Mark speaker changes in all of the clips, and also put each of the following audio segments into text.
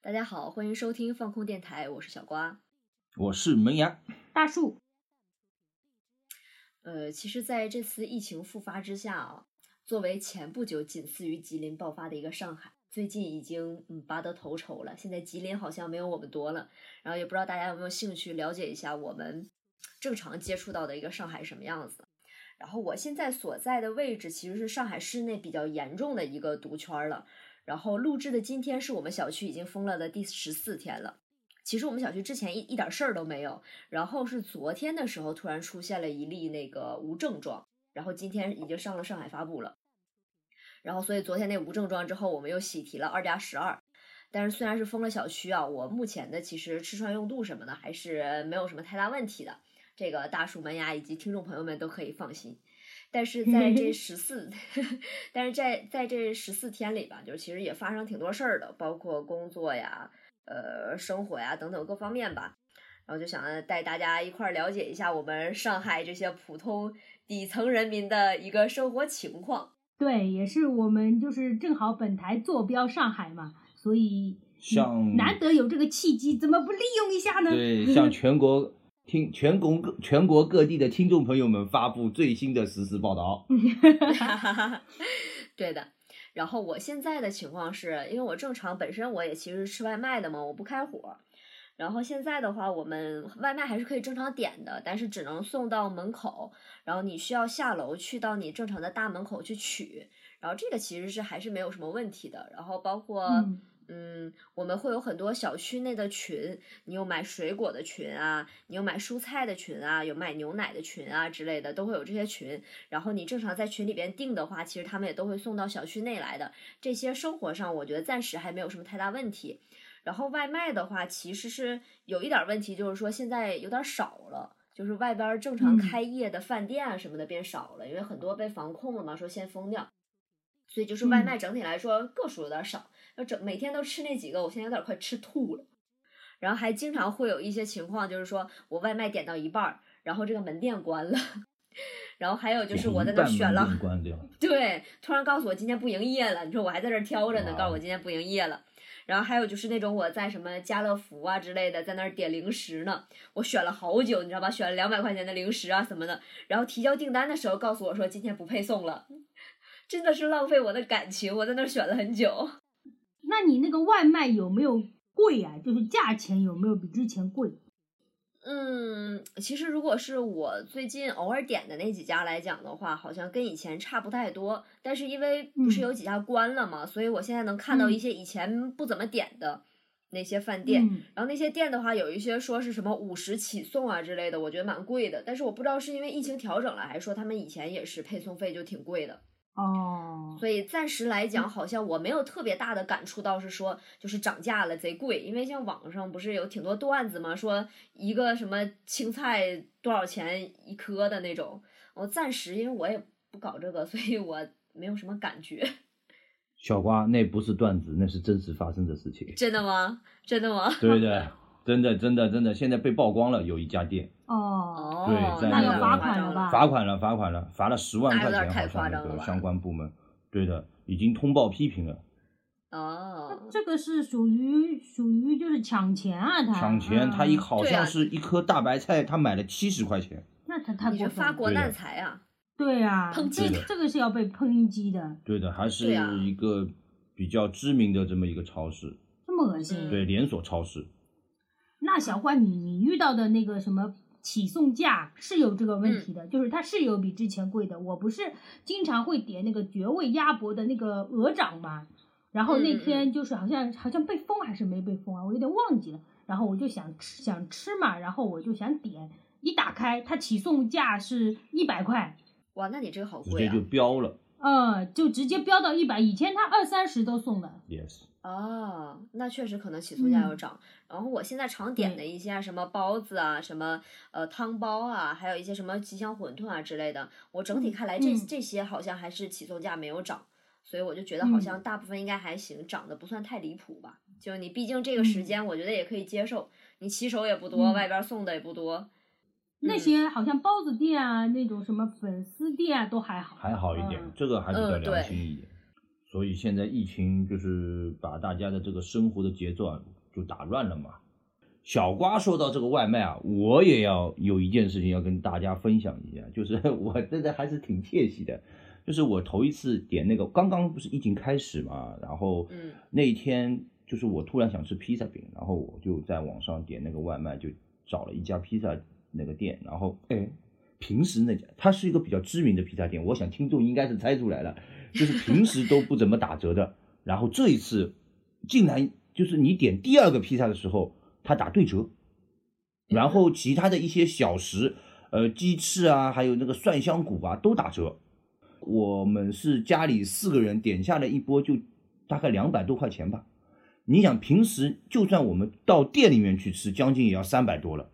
Speaker 1: 大家好，欢迎收听放空电台，我是小瓜。
Speaker 2: 我是门牙，
Speaker 3: 大树，
Speaker 1: 呃，其实，在这次疫情复发之下啊，作为前不久仅次于吉林爆发的一个上海，最近已经嗯拔得头筹了。现在吉林好像没有我们多了，然后也不知道大家有没有兴趣了解一下我们正常接触到的一个上海什么样子。然后我现在所在的位置其实是上海市内比较严重的一个毒圈儿了。然后录制的今天是我们小区已经封了的第十四天了。其实我们小区之前一一点事儿都没有，然后是昨天的时候突然出现了一例那个无症状，然后今天已经上了上海发布了。然后所以昨天那无症状之后，我们又喜提了二加十二。但是虽然是封了小区啊，我目前的其实吃穿用度什么的还是没有什么太大问题的。这个大树门牙以及听众朋友们都可以放心。但是在这十四， 但是在在这十四天里吧，就是其实也发生挺多事儿的，包括工作呀、呃生活呀等等各方面吧。然后就想带大家一块儿了解一下我们上海这些普通底层人民的一个生活情况。
Speaker 3: 对，也是我们就是正好本台坐标上海嘛，所以
Speaker 2: 像
Speaker 3: 难得有这个契机，怎么不利用一下呢？
Speaker 2: 对，向全国听全国各全国各地的听众朋友们发布最新的实时报道。
Speaker 1: 哈哈哈， 对的。然后我现在的情况是，因为我正常本身我也其实是吃外卖的嘛，我不开火。然后现在的话，我们外卖还是可以正常点的，但是只能送到门口，然后你需要下楼去到你正常的大门口去取。然后这个其实是还是没有什么问题的。然后包括
Speaker 3: 嗯
Speaker 1: 嗯，我们会有很多小区内的群，你有买水果的群啊，你有买蔬菜的群啊，有买牛奶的群啊之类的，都会有这些群。然后你正常在群里边订的话，其实他们也都会送到小区内来的。这些生活上，我觉得暂时还没有什么太大问题。然后外卖的话，其实是有一点问题，就是说现在有点少了。就是外边儿正常
Speaker 3: 嗯
Speaker 1: 开业的饭店啊什么的变少了，因为很多被防控了嘛，说先封掉，所以就是外
Speaker 3: 嗯
Speaker 1: 卖整体来说个数有点少，要整每天都吃那几个，我现在有点快吃吐了。然后还经常会有一些情况，就是说我外卖点到一半儿，然后这个门店关了， 然后还有就是我在那儿选了
Speaker 2: 一半门店关掉，
Speaker 1: 对，突然告诉我今天不营业了，你说我还在这儿挑着呢，
Speaker 2: 哇
Speaker 1: 告诉我今天不营业了。然后还有就是那种我在什么家乐福啊之类的，在那儿点零食呢，我选了好久，你知道吧？选了两百块钱的零食啊什么的，然后提交订单的时候告诉我说今天不配送了， 真的是浪费我的感情，我在那儿选了很久。
Speaker 3: 那你那个外卖有没有贵啊？就是价钱有没有比之前贵？
Speaker 1: 嗯，其实如果是我最近偶尔点的那几家来讲的话，好像跟以前差不太多。但是因为不是
Speaker 3: 嗯
Speaker 1: 有几家关了嘛，所以我现在能看到一
Speaker 3: 嗯
Speaker 1: 些以前不怎么点的那些饭店。
Speaker 3: 嗯
Speaker 1: 然后那些店的话，有一些说是什么五十起送啊之类的，我觉得蛮贵的。但是我不知道是因为疫情调整了，还是说他们以前也是配送费就挺贵的。
Speaker 3: 哦，
Speaker 1: 所以暂时来
Speaker 3: 嗯
Speaker 1: 讲，好像我没有特别大的感触到是说就是涨价了贼贵，因为像网上不是有挺多段子嘛，说一个什么青菜多少钱一颗的那种。我暂时因为我也不搞这个，所以我没有什么感觉。。
Speaker 2: 小瓜那不是段子，那是真实发生的事情
Speaker 1: 真的吗？真的吗？
Speaker 2: 对的，真的真的真的，现在被曝光了，有一家店
Speaker 3: 哦，
Speaker 1: 哦，
Speaker 2: 对在
Speaker 1: 那
Speaker 2: 那
Speaker 1: 有
Speaker 2: 个
Speaker 1: 点夸
Speaker 2: 罚
Speaker 3: 款
Speaker 1: 张
Speaker 3: 了吧
Speaker 2: 罚款了，罚款了，罚了十万
Speaker 1: 那啊哎有
Speaker 2: 块
Speaker 1: 点太
Speaker 2: 钱，好
Speaker 1: 夸
Speaker 2: 像那
Speaker 1: 张了
Speaker 2: 个
Speaker 1: 吧
Speaker 2: 相关部门，对的，已经通报批评了。
Speaker 1: 哦，
Speaker 3: 这个是属于属于就是抢钱啊，他
Speaker 2: 抢钱，
Speaker 3: 嗯
Speaker 2: 他一好
Speaker 1: 对啊
Speaker 2: 像是一颗大白菜，他买了七十块钱。
Speaker 3: 那他太
Speaker 1: 你
Speaker 3: 过
Speaker 1: 是
Speaker 3: 分
Speaker 1: 发
Speaker 3: 了。
Speaker 1: 国
Speaker 2: 对的
Speaker 1: 难财啊！
Speaker 3: 对啊，
Speaker 1: 抨击
Speaker 3: 这
Speaker 2: 的
Speaker 3: 这个是要被抨击的，
Speaker 2: 对的，还是
Speaker 1: 对啊
Speaker 2: 一个比较知名的这么一个超市，
Speaker 3: 这么恶心。
Speaker 1: 嗯
Speaker 2: 对连锁超市。
Speaker 3: 那小怪，你你遇到的那个什么起送价是有这个
Speaker 1: 嗯
Speaker 3: 问题的，就是它是有比之前贵的。我不是经常会点那个绝味鸭脖的那个鹅掌嘛，然后那
Speaker 1: 嗯嗯嗯
Speaker 3: 天就是好像好像被封还是没被封啊，我有点忘记了。然后我就想吃想吃嘛，然后我就想点，一打开它起送价是一百块，
Speaker 1: 哇，那你这个好
Speaker 2: 直
Speaker 1: 贵
Speaker 2: 接
Speaker 1: 啊
Speaker 2: 就！标了。
Speaker 3: 呃，就直接飙到一百。以前它二三十都送的，
Speaker 2: Yes，
Speaker 1: 哦，那确实可能起诉价要
Speaker 3: 嗯
Speaker 1: 涨。然后我现在常点的
Speaker 3: 对
Speaker 1: 一些啊什么包子啊、什么呃汤包啊，还有一些什么吉祥馄饨啊之类的，我整体看来这、
Speaker 3: 嗯
Speaker 1: 这些好像还是起送价没有涨，所以我就觉得好
Speaker 3: 嗯
Speaker 1: 像大部分应该还行，涨得不算太离谱吧。就你毕竟这个时
Speaker 3: 嗯
Speaker 1: 间，我觉得也可以接受，你骑手也不多，
Speaker 3: 嗯
Speaker 1: 外边儿送的也不多。
Speaker 3: 那
Speaker 1: 嗯
Speaker 3: 些好像包子店啊，那种什么粉丝店啊都还好。
Speaker 2: 还好一点，
Speaker 3: 嗯
Speaker 2: 这个还比较良心一点。所以现在疫情就是把大家的这个生活的节奏啊就打乱了嘛。小瓜说到这个外卖啊，我也要有一件事情要跟大家分享一下，就是 我真的还是挺窃喜的，就是我头一次点那个，刚刚不是疫情开始嘛，然后
Speaker 1: 嗯
Speaker 2: 那一天就是我突然想吃披萨饼，然后我就在网上点那个外卖，就找了一家披萨那个店，然后哎，平时那家它是一个比较知名的披萨店，我想听众应该是猜出来了，就是平时都不怎么打折的，然后这一次竟然就是你点第二个披萨的时候，它打对折，然后其他的一些小食，呃，鸡翅啊，还有那个蒜香骨啊，都打折。我们是家里四个人点下来一波，就大概两百多块钱吧。你想，平时就算我们到店里面去吃，将近也要三百多了，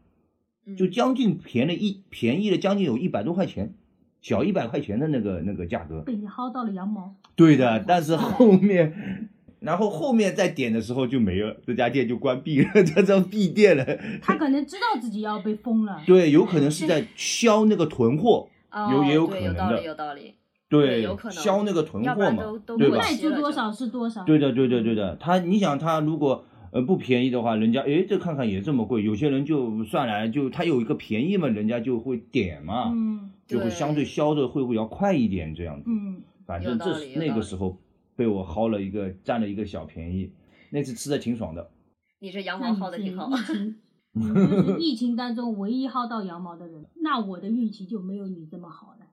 Speaker 1: 嗯
Speaker 2: 就将近便宜了一便宜了将近有一百多块钱，小一百块钱的那个那个价格。
Speaker 3: 被你薅到了羊毛。
Speaker 2: 对的，但是后面，然后后面再点的时候就没了，这家店就关闭了， 这叫闭店了。
Speaker 3: 他可能知道自己要被封了，
Speaker 2: 对，有可能是在销那个囤货，
Speaker 1: 哦
Speaker 2: 有
Speaker 1: 对，
Speaker 2: 也有
Speaker 1: 有
Speaker 2: 可能
Speaker 1: 道
Speaker 2: 的
Speaker 1: 理，有道理。
Speaker 2: 对，
Speaker 1: 有可能
Speaker 2: 销那个囤
Speaker 1: 要不
Speaker 2: 货
Speaker 1: 然
Speaker 2: 嘛
Speaker 1: 都，都
Speaker 2: 对
Speaker 1: 不
Speaker 2: 吧
Speaker 1: 卖？
Speaker 3: 卖出多少是多少。
Speaker 2: 对的，对的，对的。他，你想他如果呃不便宜的话，人家诶这看看也这么贵，有些人就算来就他有一个便宜嘛，人家就会点嘛，
Speaker 3: 嗯
Speaker 2: 就会
Speaker 1: 对
Speaker 2: 相对销的会不会要快一点这样子。
Speaker 3: 嗯，
Speaker 2: 反
Speaker 1: 有
Speaker 2: 正
Speaker 1: 道
Speaker 2: 这
Speaker 1: 理
Speaker 2: 是
Speaker 1: 有
Speaker 2: 那
Speaker 1: 道
Speaker 2: 个
Speaker 1: 理
Speaker 2: 时候被我薅了一个占了一个小便宜，那次吃的挺爽的。
Speaker 1: 你这羊
Speaker 3: 那
Speaker 1: 毛薅
Speaker 3: 你
Speaker 1: 的
Speaker 3: 是
Speaker 1: 挺好。
Speaker 3: 疫情，你就是疫情当中唯一薅到羊毛 的人。那我的运气就没有你这么好了。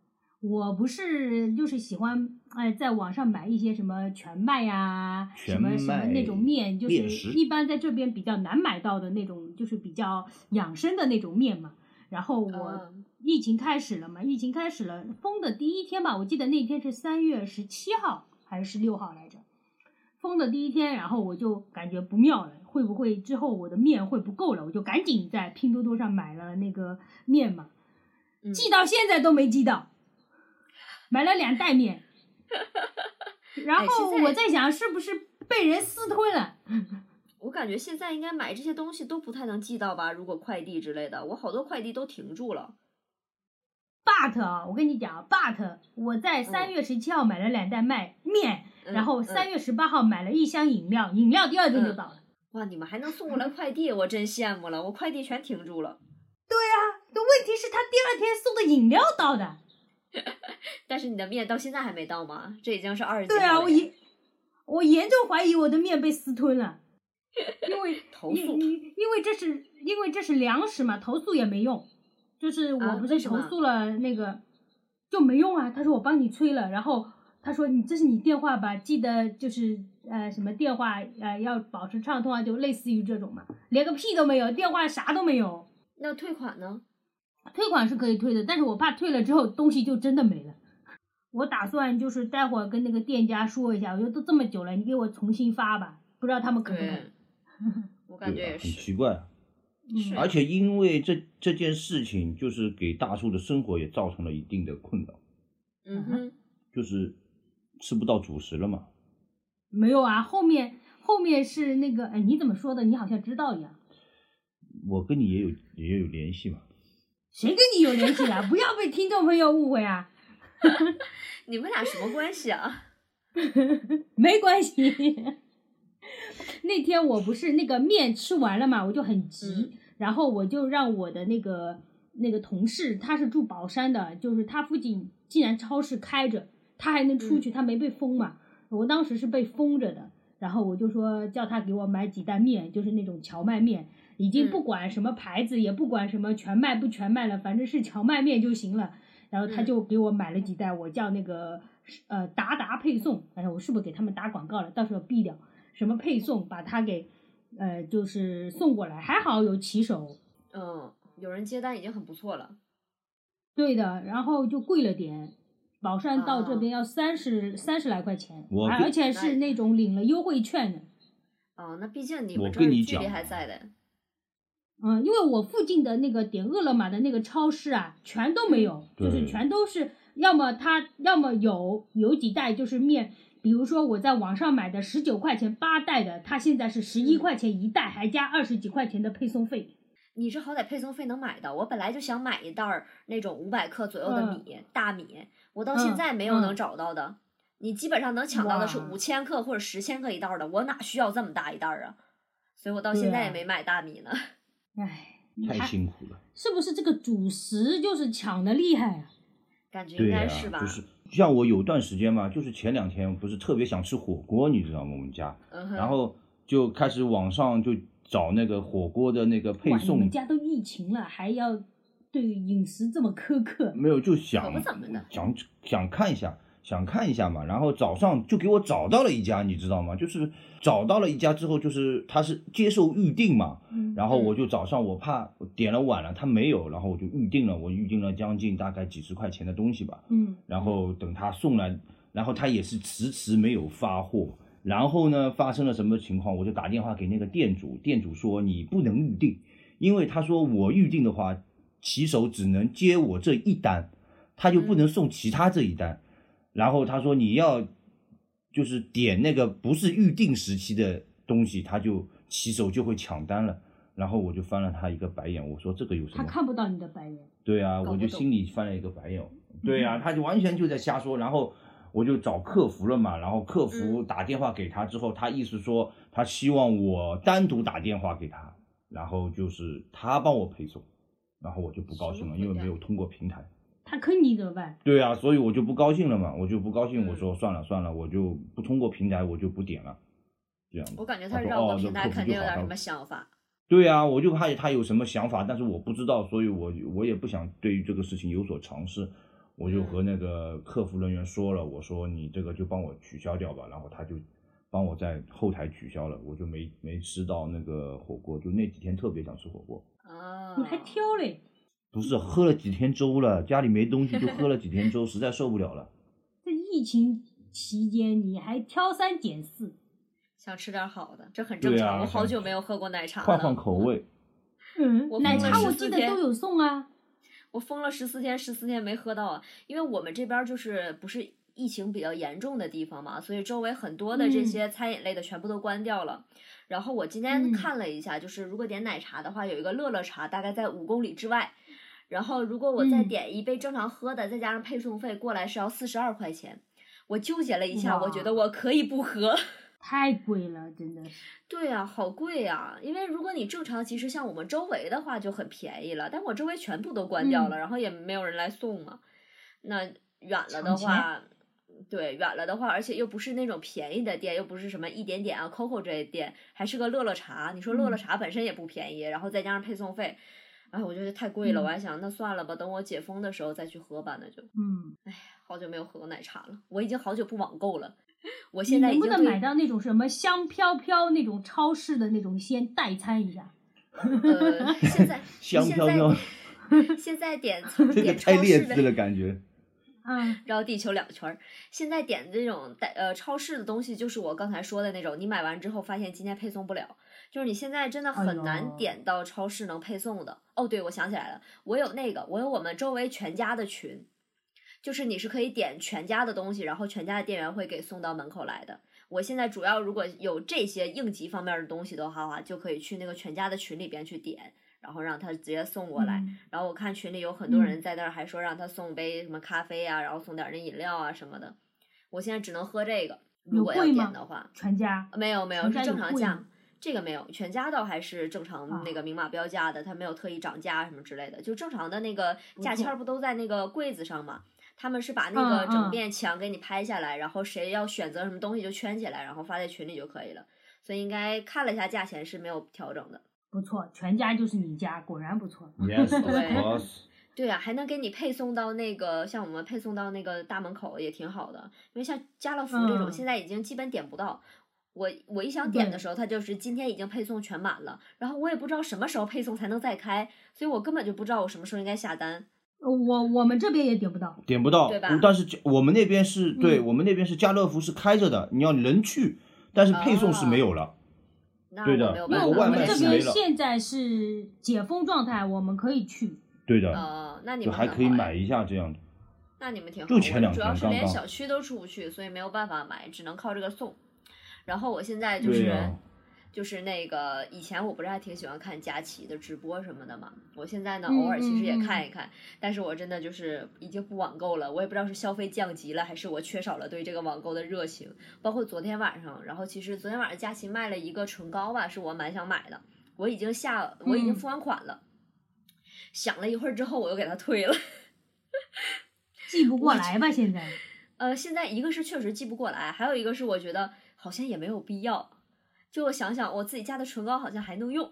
Speaker 3: 我不是就是喜欢哎，在网上买一些什么全麦呀、什么什么
Speaker 2: 全麦
Speaker 3: 那种面，就
Speaker 2: 面
Speaker 3: 是
Speaker 2: 食
Speaker 3: 一般在这边比较难买到的那种，就是比较养生的那种面嘛。然后我
Speaker 1: 嗯
Speaker 3: 疫情开始了嘛，疫情开始了，封的第一天吧，我记得那天是三月十七号还是十六号来着。封的第一天，然后我就感觉不妙了，会不会之后我的面会不够了？我就赶紧在拼多多上买了那个面嘛，
Speaker 1: 嗯
Speaker 3: 寄到现在都没寄到，买了两袋 面。然
Speaker 1: 哎
Speaker 3: 后
Speaker 1: 现在
Speaker 3: 我在想，是不是被人私吞了？
Speaker 1: 我感觉现在应该买这些东西都不太能寄到吧？如果快递之类的，我好多快递都停住了。
Speaker 3: But 啊，我跟你讲啊，But 我在三月十七号买了两袋麦面，
Speaker 1: 嗯
Speaker 3: 然后
Speaker 1: 嗯
Speaker 3: 三月十八号买了一箱饮料，饮料第二天就到了。
Speaker 1: 哇，你们还能送过来快递，我真羡慕了。我快递全停住了，
Speaker 3: 那问题是，他第二天送的饮料到的。
Speaker 1: 但是你的面到现在还没到吗？这已经是二十几
Speaker 3: 对
Speaker 1: 号
Speaker 3: 啊，
Speaker 1: 了
Speaker 3: 我
Speaker 1: 耶
Speaker 3: 严我严重怀疑我的面被私吞了，因为
Speaker 1: 投
Speaker 3: 因
Speaker 1: 诉
Speaker 3: 因因为这是因为这是粮食嘛，投诉也没用，就是我
Speaker 1: 啊
Speaker 3: 不
Speaker 1: 为
Speaker 3: 是
Speaker 1: 什
Speaker 3: 投
Speaker 1: 么
Speaker 3: 诉了那个、就没用啊。他说我帮你催了，然后他说你这是你电话吧，记得就是呃什么电话呃要保持畅通啊，就类似于这种嘛，连个屁都没有，电话啥都没有。
Speaker 1: 那退款呢？
Speaker 3: 退款是可以退的，但是我怕退了之后东西就真的没了。我打算就是待会儿跟那个店家说一下，我觉得都这么久了，你给我重新发吧，不知道他们肯不肯。
Speaker 1: 对，我感觉
Speaker 2: 对啊
Speaker 1: 也
Speaker 2: 很
Speaker 1: 是。
Speaker 2: 奇怪啊。
Speaker 1: 是
Speaker 2: 而且因为这这件事情，就是给大树的生活也造成了一定的困扰，
Speaker 1: 嗯哼，
Speaker 2: 就是吃不到主食了嘛。
Speaker 3: 没有啊，后面后面是那个，哎，你怎么说的？你好像知道一样。
Speaker 2: 我跟你也有也有联系嘛，
Speaker 3: 谁跟你有联系啊？ 不要被听众朋友误会啊！
Speaker 1: 你们俩什么关系啊？
Speaker 3: 没关系。那天我不是那个面吃完了嘛，我就很急，然后我就让我的那个那个同事，他是住宝山的，就是他附近竟然超市开着，他还能出去，他没被封嘛。我当时是被封着的，然后我就说叫他给我买几袋面，就是那种荞麦面，已经不
Speaker 1: 嗯
Speaker 3: 管什么牌子，也不管什么全麦不全麦了，反正是荞麦面就行了。然后他
Speaker 1: 嗯
Speaker 3: 就给我买了几袋，我叫那个呃达达配送，哎呀，我是不是给他们打广告了？到时候毙掉什么配送，把它给呃就是送过来，还好有骑手，
Speaker 1: 嗯，有人接单已经很不错了。
Speaker 3: 对的，然后就贵了点。宝山到这
Speaker 1: 啊
Speaker 3: 边要三十三十来块钱，
Speaker 2: 我
Speaker 3: 而
Speaker 2: 跟
Speaker 3: 而且
Speaker 1: 那
Speaker 3: 是那种领了优惠券的，
Speaker 1: 哦，那毕竟你们
Speaker 2: 我
Speaker 1: 这
Speaker 2: 跟
Speaker 1: 儿
Speaker 2: 你
Speaker 1: 距离
Speaker 2: 讲
Speaker 1: 还
Speaker 2: 啊
Speaker 1: 在的。
Speaker 3: 嗯，因为我附近的那个点饿了么的那个超市啊，全都没有，就
Speaker 2: 嗯对
Speaker 3: 是全都是要么它要么有有几袋就是面，比如说我在网上买的十九块钱八袋的，它现在是十一
Speaker 1: 嗯
Speaker 3: 块钱一袋，还加二十几块钱的配送费。
Speaker 1: 你这好歹配送费能买到，我本来就想买一袋儿那种五百克左右的
Speaker 3: 嗯
Speaker 1: 米、大米，我到现在没有能
Speaker 3: 嗯
Speaker 1: 找到的。你基本上能抢到的是
Speaker 3: 哇
Speaker 1: 五千克或者十千克一袋儿的，我哪需要这么大一袋儿啊？所以我到现在也
Speaker 3: 对啊
Speaker 1: 没买大米呢。
Speaker 3: 唉，你
Speaker 2: 太
Speaker 3: 还
Speaker 2: 辛苦了。
Speaker 3: 是不是这个主食就是抢的厉害啊？
Speaker 1: 感觉应
Speaker 2: 对
Speaker 1: 该
Speaker 2: 啊，
Speaker 1: 是吧？
Speaker 2: 就是像我有段时间嘛，就是前两天不是特别想吃火锅，你知道吗？我们家，
Speaker 1: 嗯
Speaker 2: 然
Speaker 1: 哼，
Speaker 2: 后就开始网上就找那个火锅的那个配
Speaker 3: 哇，你
Speaker 2: 送
Speaker 3: 们，家都疫情了，还要对饮食这么苛刻？
Speaker 2: 没有就
Speaker 1: 可
Speaker 2: 想
Speaker 1: 不怎么的
Speaker 2: 想想看一下，想看一下嘛。然后早上就给我找到了一家，你知道吗？就是找到了一家之后，就是他是接受预定嘛，
Speaker 3: 嗯，
Speaker 2: 然后
Speaker 1: 嗯
Speaker 2: 我就早上我怕我点了晚了，他没有，然后我就预定了，我预定了将近大概几十块钱的东西吧。
Speaker 3: 嗯，
Speaker 2: 然后等他送来，然后他也是迟迟没有发货。然后呢，发生了什么情况？我就打电话给那个店主，店主说你不能预定，因为他说我预定的话，骑手只能接我这一单，他就不能送其他这一单。然后他说你要就是点那个不是预定时期的东西，他就骑手就会抢单了。然后我就翻了他一个白眼，我说这个有什么
Speaker 3: 他
Speaker 2: 好？
Speaker 3: 看不到你的白眼。
Speaker 2: 对啊，
Speaker 1: 搞不
Speaker 2: 我就
Speaker 1: 懂嗯
Speaker 2: 心里翻了一个白眼。对啊，他就完全就在瞎说，然后我就找客服了嘛，然后客服
Speaker 1: 嗯
Speaker 2: 打电话给他之后，他意思说他希望我单独打电话给他，然后就是他帮我配送，然后我就不高兴了，
Speaker 1: 什么鬼
Speaker 2: 因
Speaker 1: 啊
Speaker 2: 为没有通过平台。
Speaker 3: 他坑你怎么办？
Speaker 2: 对啊，所以我就不高兴了嘛，我就不高兴，
Speaker 1: 嗯
Speaker 2: 我说算了算了，我就不通过平台，我就不点了，这样
Speaker 1: 我
Speaker 2: 子。
Speaker 1: 感觉
Speaker 2: 他
Speaker 1: 他
Speaker 2: 说
Speaker 1: 绕
Speaker 2: 哦
Speaker 1: 过
Speaker 2: 那
Speaker 1: 平台
Speaker 2: 客服
Speaker 1: 肯
Speaker 2: 就
Speaker 1: 定有
Speaker 2: 好
Speaker 1: 点
Speaker 2: 他
Speaker 1: 什么想法。
Speaker 2: 对啊，我就怕他有什么想法，但是我不知道，所以我我也不想对于这个事情有所尝试。我就和那个客服人员说了，我说你这个就帮我取消掉吧，然后他就帮我在后台取消了，我就没没吃到那个火锅，就那几天特别想吃火锅，
Speaker 1: 啊，
Speaker 3: 你还挑嘞？
Speaker 2: 不是喝了几天粥了，家里没东西就喝了几天粥，实在受不了 了。
Speaker 3: 这疫情期间你还挑三拣四，
Speaker 1: 想吃点好的，这很正
Speaker 2: 对
Speaker 1: 常。
Speaker 2: 啊
Speaker 1: 我好
Speaker 2: 想
Speaker 1: 久没有喝过奶茶了，
Speaker 2: 换换口味，
Speaker 3: 嗯
Speaker 1: 我
Speaker 3: 奶
Speaker 2: 疯了
Speaker 3: 茶我
Speaker 1: 14
Speaker 3: 记得
Speaker 1: 天
Speaker 3: 都有送啊。
Speaker 1: 我封了十四天，十四天没喝到啊，因为我们这边儿就是不是疫情比较严重的地方嘛，所以周围很多的这
Speaker 3: 嗯
Speaker 1: 些餐饮类的全部都关掉了。然后我今天
Speaker 3: 嗯
Speaker 1: 看了一下，就是如果点奶茶的话，有一个乐乐茶，大概在五公里之外。然后如果我再
Speaker 3: 嗯
Speaker 1: 点一杯正常喝的，再加上配送费过来是要四十二块钱。我纠结了一下，我觉
Speaker 3: 哇
Speaker 1: 得我可以不喝。
Speaker 3: 太贵了，真的是。
Speaker 1: 对呀、好贵呀、因为如果你正常，其实像我们周围的话就很便宜了，但我周围全部都关掉
Speaker 3: 嗯
Speaker 1: 了，然后也没有人来送嘛。那远了的
Speaker 3: 抢
Speaker 1: 话，对，远了的话，而且又不是那种便宜的店，又不是什么一点点啊、COCO 这些店，还是个乐乐茶。你说乐乐
Speaker 3: 嗯
Speaker 1: 茶本身也不便宜，然后再加上配送费，哎，我觉得太贵了。
Speaker 3: 嗯
Speaker 1: 我还想，那算了吧，等我解封的时候再去喝吧，那就。
Speaker 3: 嗯，
Speaker 1: 好久没有喝过奶茶了，我已经好久不网购了。我
Speaker 3: 你
Speaker 1: 现在已
Speaker 3: 能
Speaker 1: 经
Speaker 3: 不能
Speaker 1: 对
Speaker 3: 买到那种什么香飘飘那种超市的那种先代餐一下？
Speaker 1: 呃，现 在
Speaker 2: 香
Speaker 1: 现
Speaker 2: 飘
Speaker 1: 在
Speaker 2: 飘
Speaker 1: 现在点
Speaker 2: 这个
Speaker 1: 点
Speaker 2: 太
Speaker 1: 超
Speaker 2: 劣
Speaker 1: 市
Speaker 2: 质
Speaker 1: 的，
Speaker 2: 了感觉。
Speaker 3: 嗯，
Speaker 1: 绕地球两圈儿。现在点这种带呃超市的东西，就是我刚才说的那种，你买完之后发现今天配送不了，就是你现在真的
Speaker 3: 哎
Speaker 1: 很
Speaker 3: 呦
Speaker 1: 难点到超市能配送的。哦，对，我想起来了，我有那个，我有我们周围全家的群，就是你是可以点全家的东西，然后全家的店员会给送到门口来的。我现在主要如果有这些应急方面的东西的话，就可以去那个全家的群里边去点，然后让他直接送过来。
Speaker 3: 嗯
Speaker 1: 然后我看群里有很多人
Speaker 3: 嗯
Speaker 1: 在那儿还说让他送杯什么咖啡啊，然后送点儿那饮料啊什么的。我现在只能喝这个，如
Speaker 3: 有
Speaker 1: 果要
Speaker 3: 贵
Speaker 1: 点
Speaker 3: 吗
Speaker 1: 的话，
Speaker 3: 全家。
Speaker 1: 没有没有
Speaker 3: 全
Speaker 1: 是
Speaker 3: 家
Speaker 1: 正
Speaker 3: 有
Speaker 1: 常
Speaker 3: 贵
Speaker 1: 价
Speaker 3: 吗，
Speaker 1: 这个没有，全家倒还是正常那
Speaker 3: 啊
Speaker 1: 个明码标价的，它没有特意涨价什么之类的，就正常的那个
Speaker 3: 不
Speaker 1: 价签
Speaker 3: 错
Speaker 1: 儿不都在那个柜子上吗？他们是把那
Speaker 3: 嗯
Speaker 1: 个整
Speaker 3: 嗯
Speaker 1: 面墙给你拍下来，然后谁要选择什么东西就圈起来，然后发在群里就可以了。所以应该看了一下价钱是没有调整的。
Speaker 3: 不错，全家就是你家，果然不错。
Speaker 2: Yes, of
Speaker 1: 对
Speaker 2: course。
Speaker 1: 对呀、还能给你配送到那个，像我们配送到那个大门口也挺好的，因为像家乐福这种，
Speaker 3: 嗯
Speaker 1: 现在已经基本点不到。我我一想点的
Speaker 3: 对
Speaker 1: 时候，它就是今天已经配送全满了，然后我也不知道什么时候配送才能再开，所以我根本就不知道我什么时候应该下单。
Speaker 3: 呃我我们这边也点不到，
Speaker 2: 点不到，
Speaker 1: 对吧
Speaker 2: 我但是家我们那边是对、
Speaker 3: 嗯
Speaker 2: 我们那边是家乐福是开着的，你要人去，但是配送是没有
Speaker 1: 哦
Speaker 2: 了。
Speaker 1: 那
Speaker 2: 对的
Speaker 1: 我没有办法，
Speaker 3: 因为
Speaker 2: 我
Speaker 3: 我
Speaker 2: 外
Speaker 1: 我
Speaker 2: 卖
Speaker 3: 们
Speaker 1: 也
Speaker 3: 这
Speaker 2: 是
Speaker 1: 没
Speaker 2: 没
Speaker 3: 边
Speaker 1: 有
Speaker 2: 了
Speaker 3: 现在是解封状态，我们可以去。
Speaker 2: 对的，
Speaker 1: 呃，那你
Speaker 2: 就
Speaker 1: 们
Speaker 2: 还
Speaker 1: 很
Speaker 2: 可以
Speaker 1: 好哎
Speaker 2: 买一下这样的。
Speaker 1: 那你们挺好，
Speaker 2: 就前两
Speaker 1: 我主要
Speaker 2: 天
Speaker 1: 是
Speaker 2: 刚
Speaker 1: 连
Speaker 2: 刚
Speaker 1: 小区都出不去，所以没有办法买，只能靠这个送。然后我现在就
Speaker 2: 对
Speaker 1: 是
Speaker 2: 呀、
Speaker 1: 就是那个以前我不是还挺喜欢看佳琪的直播什么的嘛，我现在呢偶尔其实也看一看，但是我真的就是已经不网购了，我也不知道是消费降级了，还是我缺少了对这个网购的热情。包括昨天晚上，然后其实昨天晚上佳琪卖了一个唇膏吧，是我蛮想买的，我已经下我已经付完款了，想了一会儿之后我又给他退了。
Speaker 3: 记不过来吧？现 在
Speaker 1: 呃，现在一个是确实记不过来，还有一个是我觉得好像也没有必要。就我想想，我自己家的唇膏好像还能用，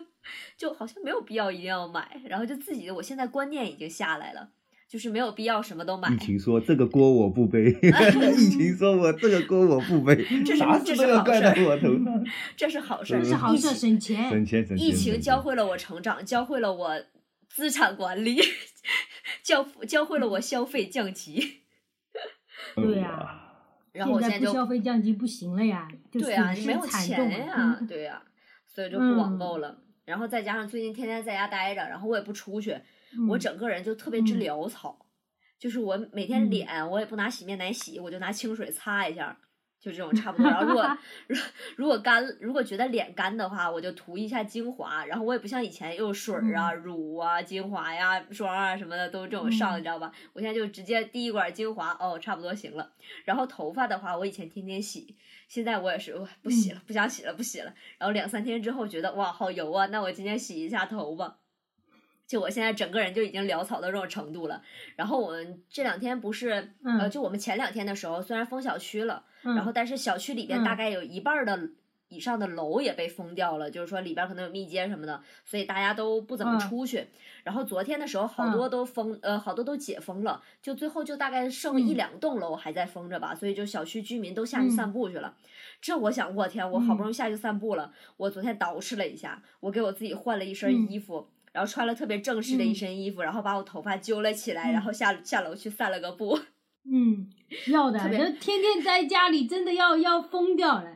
Speaker 1: 就好像没有必要一定要买。然后就自己，我现在观念已经下来了，就是没有必要什么都买。
Speaker 2: 疫情说这个锅我不 背，疫情说我这个锅我不背，
Speaker 1: 这是
Speaker 2: 啥事都要怪到我头上。
Speaker 1: 这是好事
Speaker 2: 嗯
Speaker 1: 儿，
Speaker 3: 这是好
Speaker 1: 疫
Speaker 3: 事，
Speaker 1: 情
Speaker 3: 省钱。
Speaker 2: 省钱省钱。
Speaker 1: 嗯疫情
Speaker 2: 省钱
Speaker 1: 教会了我成长，教会了我资产管理， 教教会了我消费降级。
Speaker 2: 哎
Speaker 3: 对呀、
Speaker 1: 然后我现在
Speaker 3: 在不
Speaker 1: 就
Speaker 3: 消费降级不行了呀，就
Speaker 1: 对啊，
Speaker 3: 损
Speaker 1: 你
Speaker 3: 失
Speaker 1: 没有
Speaker 3: 惨重
Speaker 1: 钱呀、
Speaker 3: 嗯
Speaker 1: 对呀、所以就不网
Speaker 3: 嗯
Speaker 1: 购了。然后再加上最近天天在家待着，然后我也不出去，我
Speaker 3: 嗯
Speaker 1: 整个人就特别之
Speaker 3: 嗯
Speaker 1: 潦草，就是我每天
Speaker 3: 嗯
Speaker 1: 脸我也不拿洗面奶洗，我就拿清水擦一下，就这种差不多。然后如 果如 如果干，如果觉得脸干的话，我就涂一下精华，然后我也不像以前又有水儿啊、乳啊、精华呀、霜啊什么的都这种上，
Speaker 3: 嗯
Speaker 1: 你知道吧？我现在就直接第一管精华，哦，差不多行了。然后头发的话，我以前天天洗，现在我也是，我不洗
Speaker 3: 嗯
Speaker 1: 了，不想洗了，不洗了。然后两三天之后觉得哇，好油啊，那我今天洗一下头吧。就我现在整个人就已经潦草到这种程度了。然后我们这两天不是，呃，
Speaker 3: 嗯
Speaker 1: 就我们前两天的时候，虽然封小区了，
Speaker 3: 嗯
Speaker 1: 然后但是小区里边
Speaker 3: 嗯
Speaker 1: 大概有一半儿的以上的楼也被封掉了，就是说里边儿可能有密接什么的，所以大家都不怎么
Speaker 3: 嗯
Speaker 1: 出去。然后昨天的时候，好多都封，呃，好多都解封了，就最后就大概剩一
Speaker 3: 嗯
Speaker 1: 两栋楼还在封着吧，所以就小区居民都下去
Speaker 3: 嗯
Speaker 1: 散步去了。这我想，我天，我好不
Speaker 3: 嗯
Speaker 1: 容易下去散步了，我昨天捯饬了一下，我给我自己换了一身
Speaker 3: 嗯
Speaker 1: 衣服。然后穿了特别正式的一
Speaker 3: 嗯
Speaker 1: 身衣服，然后把我头发揪了起来，然
Speaker 3: 嗯
Speaker 1: 后下下楼去散了个步。
Speaker 3: 嗯，要的，
Speaker 1: 特别
Speaker 3: 这天天在家里真的要要疯掉了。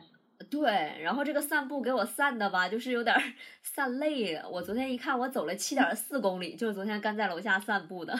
Speaker 1: 对，然后这个散步给我散的吧，就是有点儿散累了。我昨天一看，我走了七点四公里，就是昨天刚在楼下散步的。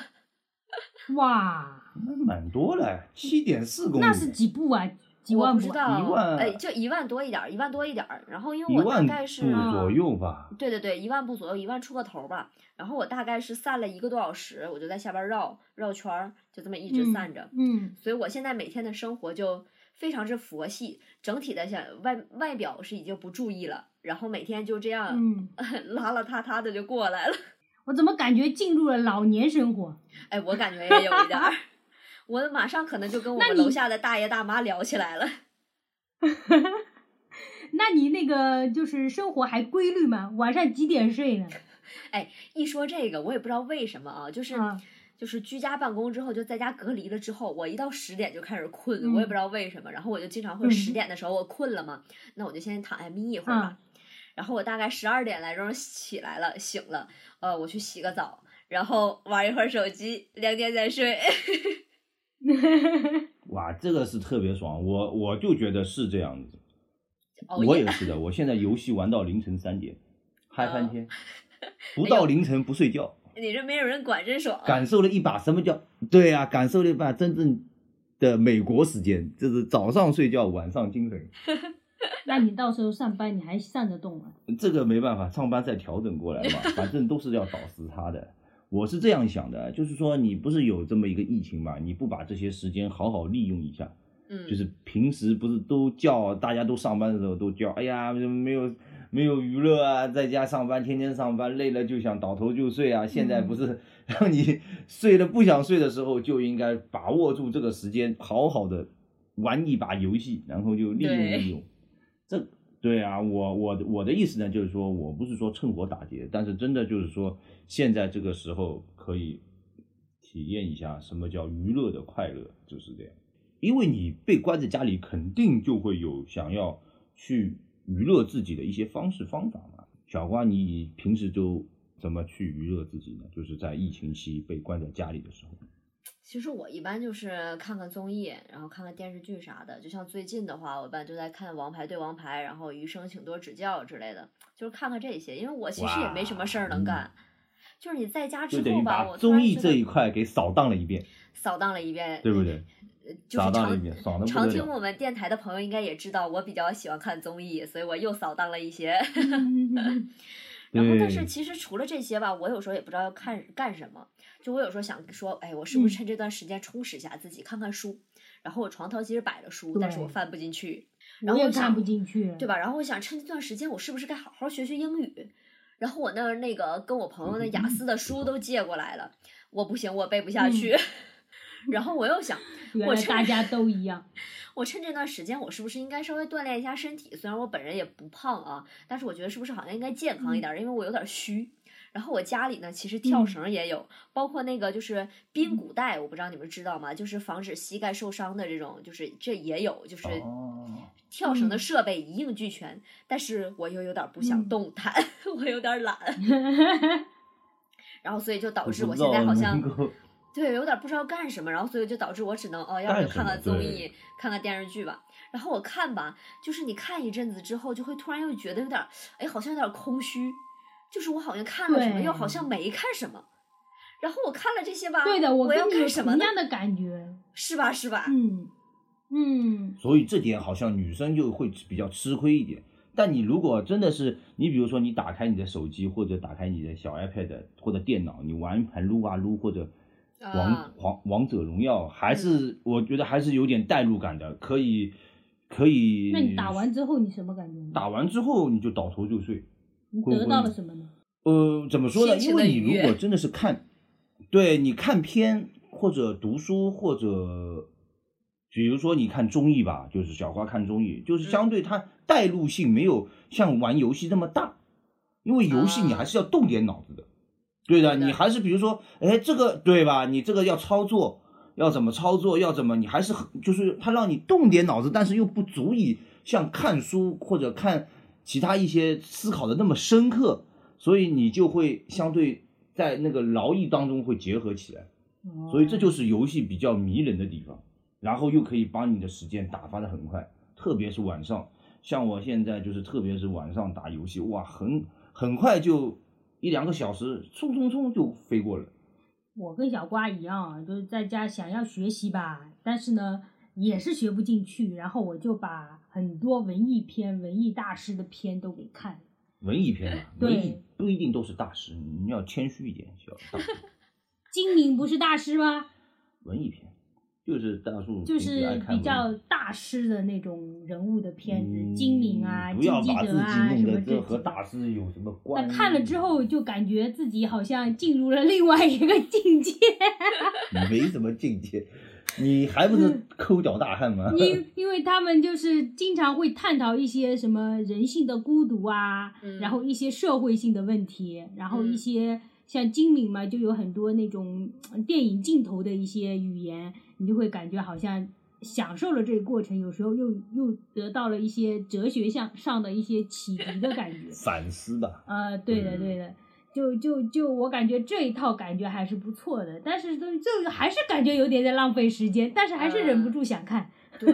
Speaker 3: 哇，
Speaker 2: 那蛮多了，七点四公里，
Speaker 3: 那是几步啊？几
Speaker 1: 我
Speaker 3: 万
Speaker 1: 不知
Speaker 3: 步啊？
Speaker 1: 道，
Speaker 2: 一万
Speaker 1: 哎，就一万多一点儿，一万多一点儿。然后因为
Speaker 2: 一
Speaker 1: 我大
Speaker 2: 万
Speaker 1: 概是，啊
Speaker 2: 步左右吧。
Speaker 1: 对对对，一万步左右，一万出个头儿吧。然后我大概是散了一个多小时，我就在下边绕绕圈儿，就这么一直
Speaker 3: 嗯
Speaker 1: 散着。
Speaker 3: 嗯
Speaker 1: 所以我现在每天的生活就非常之佛系，整体的想外外表是已经不注意了，然后每天就这样、
Speaker 3: 嗯，
Speaker 1: 邋邋遢遢的就过来了。
Speaker 3: 我怎么感觉进入了老年生活？
Speaker 1: 哎，我感觉也有一点儿， 我马上可能就跟我
Speaker 3: 那
Speaker 1: 们
Speaker 3: 你
Speaker 1: 楼下的大爷大妈聊起来了。
Speaker 3: 那你那个就是生活还规律吗？晚上几点睡呢？
Speaker 1: 一说这个，我也不知道为什么啊，就是、
Speaker 3: 啊，
Speaker 1: 就是居家办公之后，就在家隔离了之后，我一到十点就开始困，我也
Speaker 3: 嗯
Speaker 1: 不知道为什么。然后我就经常会
Speaker 3: 嗯
Speaker 1: 十点的时候我困了嘛，那我就先躺下眯一会儿吧。
Speaker 3: 嗯
Speaker 1: 然后我大概十二点来钟起来了，醒了，呃，我去洗个澡，然后玩一会儿手机，两点再睡。
Speaker 2: 哇，这个是特别爽，我我就觉得是这样子，
Speaker 1: 熬
Speaker 2: 我
Speaker 1: 夜
Speaker 2: 也是的，我现在游戏玩到凌晨三点，嗨翻天，不
Speaker 1: 嗯哎呦嗯
Speaker 2: 到凌晨不睡觉，
Speaker 1: 你这没有人管，真爽。
Speaker 2: 感受了一把什么叫对啊，感受了一把真正的美国时间，就是早上睡觉，晚上精神。
Speaker 3: 那你到时候上班你还上 得动吗？啊
Speaker 2: 这个没办法，上班再调整过来嘛，反正都是要倒时差的。我是这样想的，就是说你不是有这么一个疫情嘛，你不把这些时间好好利用一下，
Speaker 1: 嗯，
Speaker 2: 就是平时不是都叫大家都上班的时候都叫，哎呀没有没有娱乐啊，在家上班天天上班累了就想倒头就睡啊。现在不是让你睡了不想睡的时候就应该把握住这个时间，好好的玩一把游戏，然后就利用
Speaker 1: 对
Speaker 2: 利用。这对啊，我我的我的意思呢，就是说我不是说趁火打劫，但是真的就是说现在这个时候可以体验一下什么叫娱乐的快乐，就是这样。因为你被关在家里，肯定就会有想要去娱乐自己的一些方式方法嘛。小瓜，你平时都怎么去娱乐自己呢？就是在疫情期被关在家里的时候，
Speaker 1: 其实我一般就是看看综艺，然后看看电视剧啥的。就像最近的话，我一般就在看《王牌对王牌》，然后《余生请多指教》之类的，就是看看这些。因为我其实也没什么事儿能
Speaker 2: 哇
Speaker 1: 干，就是你在家之
Speaker 2: 嗯就等于
Speaker 1: 后吧，
Speaker 2: 把
Speaker 1: 我
Speaker 2: 综艺
Speaker 1: 突然觉
Speaker 2: 这
Speaker 1: 得
Speaker 2: 一块给扫荡了一遍，
Speaker 1: 扫荡了一遍，
Speaker 2: 对不对？
Speaker 1: 呃？就是
Speaker 2: 扫
Speaker 1: 常
Speaker 2: 荡了一遍，爽的不
Speaker 1: 常
Speaker 2: 得
Speaker 1: 听
Speaker 2: 了。
Speaker 1: 我们电台的朋友应该也知道，我比较喜欢看综艺，所以我又扫荡了一些。 然后，但是
Speaker 2: 对
Speaker 1: 其实除了这些吧，我有时候也不知道要看干什么。就我有时候想说，哎，我是不是
Speaker 3: 嗯
Speaker 1: 趁这段时间充实一下自己，看看书？然后我床头其实摆了书，但是我
Speaker 3: 对嗯
Speaker 1: 翻不进去，然
Speaker 3: 我
Speaker 1: 后
Speaker 3: 也
Speaker 1: 想
Speaker 3: 看不进去，
Speaker 1: 对吧？然后我想趁这段时间，我是不是该好好学学英语？然后我那儿那个跟我朋友的雅思的书都借过来了，我不行，我背不下
Speaker 3: 嗯
Speaker 1: 去。 然后我又想，
Speaker 3: 原
Speaker 1: 我
Speaker 3: 来
Speaker 1: 这
Speaker 3: 大家都一样。
Speaker 1: 我趁这段时间，我是不是应该稍微锻炼一下身体？虽然我本人也不胖啊，但是我觉得是不是好像应该健
Speaker 2: 嗯
Speaker 1: 康一点儿，因为我有点虚。然后我家里呢，其实跳
Speaker 3: 嗯
Speaker 1: 绳儿也有，包括那个就是髌
Speaker 2: 嗯
Speaker 1: 骨带，我不知道你们知道吗？就是防止膝盖受伤的这种，就是这也有，就是
Speaker 2: 哦，
Speaker 1: 跳绳的
Speaker 3: 嗯
Speaker 1: 设备一应俱全。但是我又有点儿不想
Speaker 3: 嗯
Speaker 1: 动弹， 我有点儿 懒，然后所以就导
Speaker 2: 我
Speaker 1: 致
Speaker 2: 不
Speaker 1: 我
Speaker 2: 知
Speaker 1: 现
Speaker 2: 道
Speaker 1: 在好
Speaker 2: 能
Speaker 1: 像
Speaker 2: 够
Speaker 1: 对，有点不知道干什么，然后所以就导致我只能哦，要不
Speaker 2: 干
Speaker 1: 就
Speaker 2: 什
Speaker 1: 看
Speaker 2: 么
Speaker 1: 看综
Speaker 2: 对
Speaker 1: 艺，看看电视剧吧。然后我看吧，就是你看一阵子之后，就会突然又觉得有点儿，哎，好像有点空虚，就是我好像看了什么，又好
Speaker 3: 对
Speaker 1: 像没看什么。然后我看了这些吧，
Speaker 3: 对 的，
Speaker 1: 我
Speaker 3: 跟
Speaker 1: 要
Speaker 3: 你有
Speaker 1: 干什么
Speaker 3: 同
Speaker 1: 呢？
Speaker 3: 样的感觉。
Speaker 1: 是吧？是吧？
Speaker 3: 嗯嗯，
Speaker 2: 所以这点好像女生就会比较吃亏一点。但你如果真的是，你比如说你打开你的手机或者打开你的小 iPad 或者电脑，你玩一盘撸啊撸或者
Speaker 3: 嗯
Speaker 2: 王、
Speaker 1: 啊嗯
Speaker 2: 王王者荣耀，还是、我觉得还是有点代入感的，可以可以。
Speaker 3: 那你打完之后你什么感觉呢？
Speaker 2: 嗯打完之后你就倒头就睡，
Speaker 3: 你
Speaker 2: 昏
Speaker 3: 得到
Speaker 2: 昏
Speaker 3: 了什么呢？
Speaker 2: 呃，怎么说
Speaker 1: 心
Speaker 2: 呢？因
Speaker 1: 情的
Speaker 2: 为你
Speaker 1: 愉悦
Speaker 2: 如果真的是看，对你看片或者读书或者，比如说你看综艺吧，就是小花看综艺，就是相对
Speaker 1: 嗯
Speaker 2: 它代入性没有像玩游戏那么大，因为游戏你
Speaker 1: 啊
Speaker 2: 还是要动点脑子的，对的，
Speaker 1: 对的
Speaker 2: 你还是比如说，哎，这个对吧？你这个要操作，要怎么操作，要怎么，你还是很就是它让你动点脑子，但是又不足以像看书或者看其他一些思考的那么深刻，所以你就会相对在那个劳逸当中会结合起来，所以这
Speaker 3: 哦
Speaker 2: 就是游戏比较迷人的地方，然后又可以把你的时间打发的很快，特别是晚上，像我现在就是特别是晚上打游戏，哇，很很快就一两个小时，冲冲冲就飞过了。
Speaker 3: 我跟小瓜一样啊，就是在家想要学习吧，但是呢也是学不进去，然后我就把很多文艺片、文艺大师的片都给看了。
Speaker 2: 文艺片嘛，啊
Speaker 3: 哎对
Speaker 2: 文艺不一定都是大师，你要谦虚一点，小 大师
Speaker 3: 金敏不是大师吗？
Speaker 2: 文艺片就是大树
Speaker 3: 就
Speaker 2: 平时爱
Speaker 3: 是
Speaker 2: 看
Speaker 3: 比
Speaker 2: 文艺
Speaker 3: 较大师的那种人物的片子，
Speaker 2: 嗯
Speaker 3: 金敏啊、
Speaker 2: 不
Speaker 3: 金
Speaker 2: 要
Speaker 3: 基
Speaker 2: 把自
Speaker 3: 德啊
Speaker 2: 己
Speaker 3: 什
Speaker 2: 弄
Speaker 3: 么
Speaker 2: 得
Speaker 3: 这
Speaker 2: 这和大师有什么关
Speaker 3: 但
Speaker 2: 系？啊
Speaker 3: 看了之后，就感觉自己好像进入了另外一个境界。
Speaker 2: 没什么境界，你还不是
Speaker 3: 嗯
Speaker 2: 抠脚大汉 吗？。
Speaker 3: 因因为他们就是经常会探讨一些什么人性的孤独啊，
Speaker 1: 嗯
Speaker 3: 然后一些社会性的问题，然后一
Speaker 1: 嗯
Speaker 3: 些像金敏嘛，就有很多那种呃电影镜头的一些语言，你就会感觉好像享受了这个过程，有时候又又得到了一些哲学上上的一些启迪的 感觉
Speaker 2: 反思吧，
Speaker 3: 呃，对的，
Speaker 1: 嗯
Speaker 3: 对的。就就就我感觉这一套感觉还是不错的，但是就就还是感觉有点在浪费时间，但是还是忍不
Speaker 1: 嗯
Speaker 3: 住想看。
Speaker 1: 对，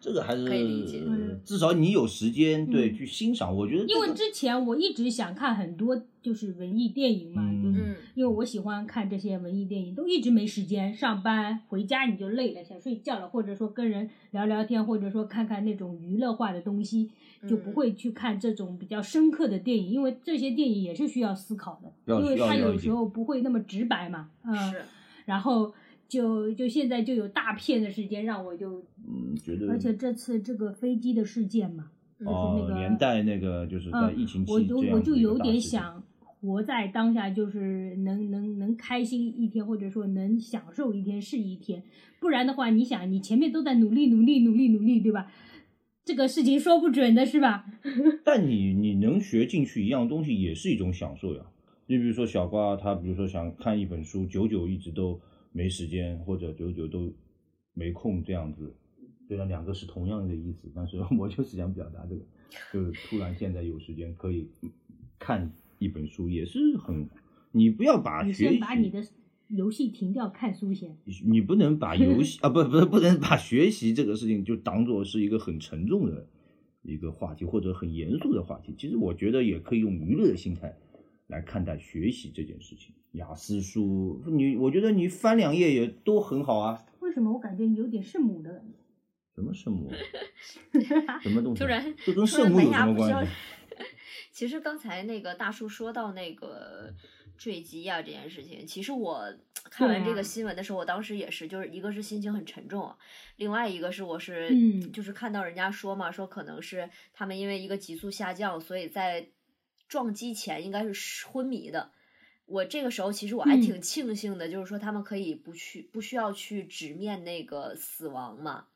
Speaker 2: 这个还是
Speaker 1: 可以理解
Speaker 3: 嗯
Speaker 2: 至少你有时间对
Speaker 3: 嗯
Speaker 2: 去欣赏。我觉得这
Speaker 3: 因 为
Speaker 2: 个
Speaker 3: 之前我一直想看很多就是文艺电影嘛，
Speaker 2: 嗯
Speaker 3: 就是
Speaker 1: 嗯，
Speaker 3: 因为我喜欢看这些文艺电影，都一直没时间，上班回家你就累了，想睡觉了，或者说跟人聊聊天，或者说看看那种娱乐化的东西，就不
Speaker 1: 嗯
Speaker 3: 会去看这种比较深刻的电影，因为这些电影也是需要思考的，
Speaker 2: 要
Speaker 3: 因为
Speaker 2: 要
Speaker 3: 它
Speaker 2: 了
Speaker 3: 有
Speaker 2: 解
Speaker 3: 时候不会那么直白嘛，嗯，
Speaker 1: 是，
Speaker 3: 然后。就就现在就有大片的时间让我就，
Speaker 2: 嗯，觉得
Speaker 3: 而且这次这个飞机的事件嘛，
Speaker 1: 嗯
Speaker 3: 就是
Speaker 2: 哦
Speaker 3: 那个
Speaker 2: 连带那个就是在
Speaker 3: 嗯
Speaker 2: 疫情期
Speaker 3: 我就
Speaker 2: 这样
Speaker 3: 我就
Speaker 2: 子一个
Speaker 3: 有
Speaker 2: 大
Speaker 3: 点
Speaker 2: 事情，
Speaker 3: 想活在当下，就是能能能开心一天，或者说能享受一天是一天。不然的话，你想，你前面都在努力努力努力努力，对吧？这个事情说不准的是吧？
Speaker 2: 但你你能学进去一样东西也是一种享受呀。你比如说小瓜，他比如说想看一本书，久久一直都没时间，或者久久都没空这样子。虽然两个是同样的意思，但是我就是想表达这个，就是突然现在有时间可以看一本书，也是很。你不要把
Speaker 3: 你
Speaker 2: 学
Speaker 3: 先
Speaker 2: 习，
Speaker 3: 把你的游戏停掉，看书先。
Speaker 2: 你不能把 游戏啊，不不不能把学习这个事情就当做是一个很沉重的一个话题或者很严肃的话题。其实我觉得也可以用娱乐的心态来看待学习这件事情。雅思书，你我觉得你翻两页也都很好啊。
Speaker 3: 为什么我感觉你有点圣母的感觉？
Speaker 2: 什么圣母？ 什么东西？
Speaker 1: 突然
Speaker 2: 这跟
Speaker 1: 突然
Speaker 2: 圣母有
Speaker 1: 门牙
Speaker 2: 什么
Speaker 1: 不
Speaker 2: 关
Speaker 1: 消
Speaker 2: 系？
Speaker 1: 其实刚才那个大叔说到那个坠机啊这件事情，其实我看完这
Speaker 3: 对啊
Speaker 1: 个新闻的时候，我当时也是，就是一个是心情很沉重啊，另外一个是我是、
Speaker 3: 嗯
Speaker 1: 就是看到人家说嘛，说可能是他们因为一个急速下降，所以在撞击前应该是昏迷的。我这个时候其实我还
Speaker 3: 嗯
Speaker 1: 挺庆幸的，就是说他们可以不去不需要去直面那个死亡嘛，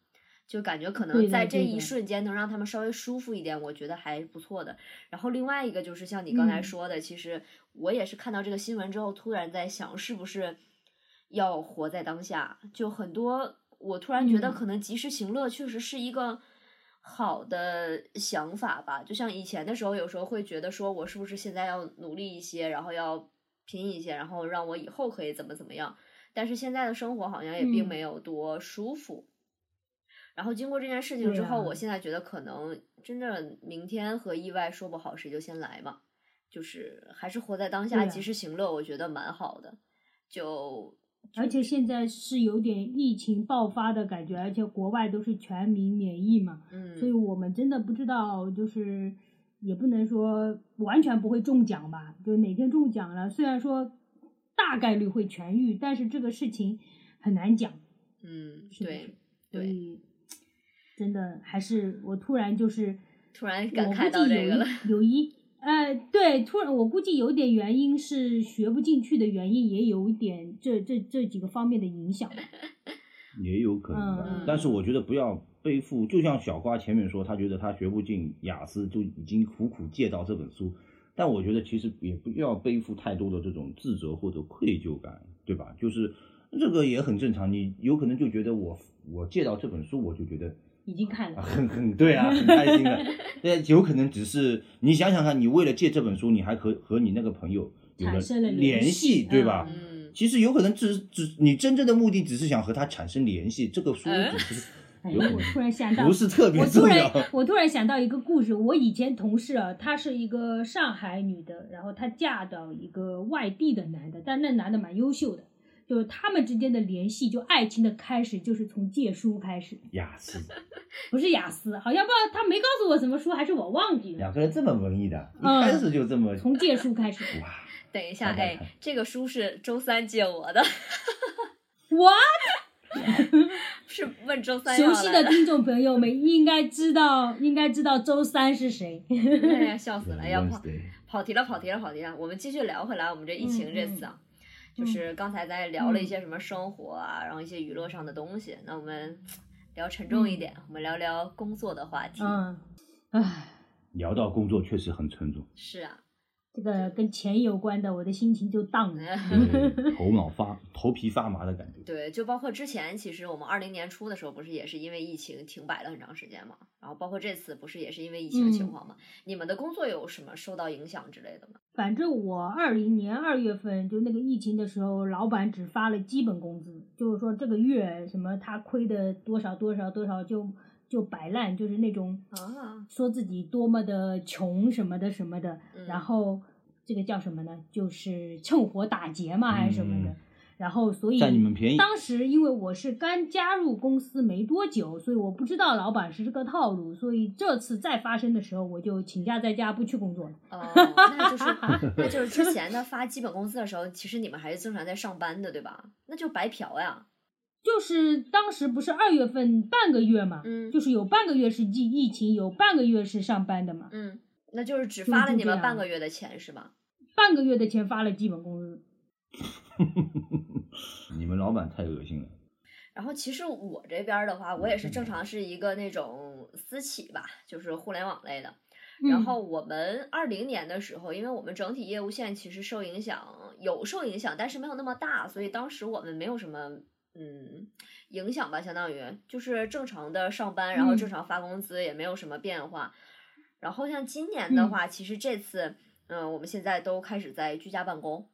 Speaker 1: 就感觉可
Speaker 3: 对
Speaker 1: 能
Speaker 3: 的
Speaker 1: 在这
Speaker 3: 对
Speaker 1: 一
Speaker 3: 的
Speaker 1: 瞬间能让他们稍微舒服一点，我觉得还不错的。然后另外一个就是像你刚才
Speaker 3: 嗯
Speaker 1: 说的，其实我也是看到这个新闻之后，突然在想，是不是要活在当下？就很多，我突然觉得
Speaker 3: 嗯
Speaker 1: 可能及时行乐确实是一个好的想法吧。就像以前的时候，有时候会觉得说我是不是现在要努力一些，然后要拼一些，然后让我以后可以怎么怎么样。但是现在的生活好像也并
Speaker 3: 嗯
Speaker 1: 没有多舒服。然后经过这件事情
Speaker 3: 对
Speaker 1: 之后，
Speaker 3: 啊
Speaker 1: 我现在觉得可能真的明天和意外说不好，谁就先来嘛。就是还是活在当下，
Speaker 3: 对啊
Speaker 1: 及时行乐，我觉得蛮好的。就
Speaker 3: 而且现在是有点疫情爆发的感觉，而且国外都是全民免疫嘛，所以
Speaker 1: 嗯，
Speaker 3: 我们真的不知道，就是也不能说完全不会中奖吧，就哪天中奖了，虽然说大概率会痊愈，但是这个事情很难讲，
Speaker 1: 嗯，
Speaker 3: 是不是
Speaker 1: 对，？
Speaker 3: 所
Speaker 1: 对
Speaker 3: 以真的还是我突然就是
Speaker 1: 突然
Speaker 3: 我
Speaker 1: 感
Speaker 3: 估
Speaker 1: 慨到
Speaker 3: 计
Speaker 1: 这个
Speaker 3: 有
Speaker 1: 了。
Speaker 3: 一有一呃，对，突然我估计有点原因是学不进去的原因，也有一点这这这几个方面的影响吧。
Speaker 2: 也有可能吧
Speaker 1: 嗯。
Speaker 2: 但是我觉得不要背负，就像小瓜前面说，他觉得他学不进雅思，就已经苦苦借到这本书。但我觉得其实也不要背负太多的这种自责或者愧疚感，对吧？就是这个也很正常。你有可能就觉得我我借到这本书，我就觉得
Speaker 3: 已经看了
Speaker 2: 啊，很很对啊，很开心的。对，有可能只是你想想看，你为了借这本书，你还和和你那个朋友有
Speaker 3: 产生了
Speaker 2: 联
Speaker 3: 联
Speaker 2: 系，
Speaker 3: 系
Speaker 2: 对吧？
Speaker 1: 嗯，
Speaker 2: 其实有可能只只你真正的目的只是想和他产生联系，这个书
Speaker 1: 嗯
Speaker 2: 只是、
Speaker 3: 哎，
Speaker 2: 有可
Speaker 3: 我
Speaker 2: 能
Speaker 3: 突然想到
Speaker 2: 不，是 特别
Speaker 3: 我突
Speaker 2: 重
Speaker 3: 然
Speaker 2: 要。
Speaker 3: 我突然想到一个故事，我以前同事啊，她是一个上海女的，然后她嫁到一个外地的男的，但那男的蛮优秀的，就是他们之间的联系，就爱情的开始就是从借书开始，
Speaker 2: 雅思，
Speaker 3: 不是雅思，好像不知道他没告诉我什么书，还是我忘记了，
Speaker 2: 两个人这么文艺的，一
Speaker 3: 嗯
Speaker 2: 开始就这么、
Speaker 3: 从借书开始。
Speaker 2: 哇，
Speaker 1: 等一下，
Speaker 2: 看看
Speaker 1: 哎
Speaker 2: 看，
Speaker 1: 这个书是周三借我 的，
Speaker 3: 我
Speaker 1: 是问周三要
Speaker 3: 熟悉
Speaker 1: 来
Speaker 3: 的听众朋友们应该知道，应该知道周三是谁。
Speaker 1: 哎呀，笑死了，要跑
Speaker 2: Wednesday
Speaker 1: 跑题了，跑题了，跑题了。我们继续聊回来，我们这疫情
Speaker 3: 嗯
Speaker 1: 这次啊，就是刚才咱也聊了一些什么生活啊，然后一些娱乐上的东西。那我们聊沉重一点，我们聊聊工作的话题。
Speaker 3: 嗯，唉。
Speaker 2: 聊到工作确实很沉重，
Speaker 1: 是啊，
Speaker 3: 这个跟钱有关的，我的心情就荡了。
Speaker 1: 嗯
Speaker 2: 对头脑发 头皮发麻的感 觉。
Speaker 1: 对，就包括之前，其实我们二零年初的时候，不是也是因为疫情停摆了很长时间嘛？然后包括这次，不是也是因为疫情的情
Speaker 3: 嗯
Speaker 1: 况嘛？你们的工作有什么受到影响之类的吗？
Speaker 3: 反正我二零年二月份就那个疫情的时候，老板只发了基本工资，就是说这个月什么他亏的多少多少多少就就摆烂，就是那种
Speaker 1: 啊，
Speaker 3: 说自己多么的穷什么的什么的，
Speaker 1: 嗯
Speaker 3: 然后这个叫什么呢？就是趁火打劫嘛还是什么的。
Speaker 2: 嗯
Speaker 3: 然后所以
Speaker 2: 占你们便宜
Speaker 3: 当时因为我是刚加入公司没多久，所以我不知道老板是这个套路，所以这次再发生的时候，我就请假在家不去工作了。
Speaker 1: 哦，那就是那就是之前呢发基本工资的时候，其实你们还是正常在上班的，对吧？那就白嫖呀。
Speaker 3: 就是当时不是二月份半个月嘛，
Speaker 1: 嗯
Speaker 3: 就是有半个月是疫疫情，有半个月是上班的嘛，
Speaker 1: 嗯，那就是只
Speaker 3: 就
Speaker 1: 发了
Speaker 3: 就
Speaker 1: 你
Speaker 3: 这
Speaker 1: 们
Speaker 3: 样
Speaker 1: 半个月的钱是吧？
Speaker 3: 半个月的钱发了基本工资，
Speaker 2: 你们老板太恶心了，
Speaker 1: 然后其实我这边儿的话，我也是正常是一个那种私企吧，就是互联网类的。然
Speaker 3: 嗯
Speaker 1: 后我们二零年的时候，因为我们整体业务线其实受影响有受影响，但是没有那么大，所以当时我们没有什么嗯影响吧，相当于就是正常的上班，然后正
Speaker 3: 嗯
Speaker 1: 常发工资，也没有什么变化。然后像今年的
Speaker 3: 嗯
Speaker 1: 话，其实这次嗯、呃我们现在都开始在居家办公，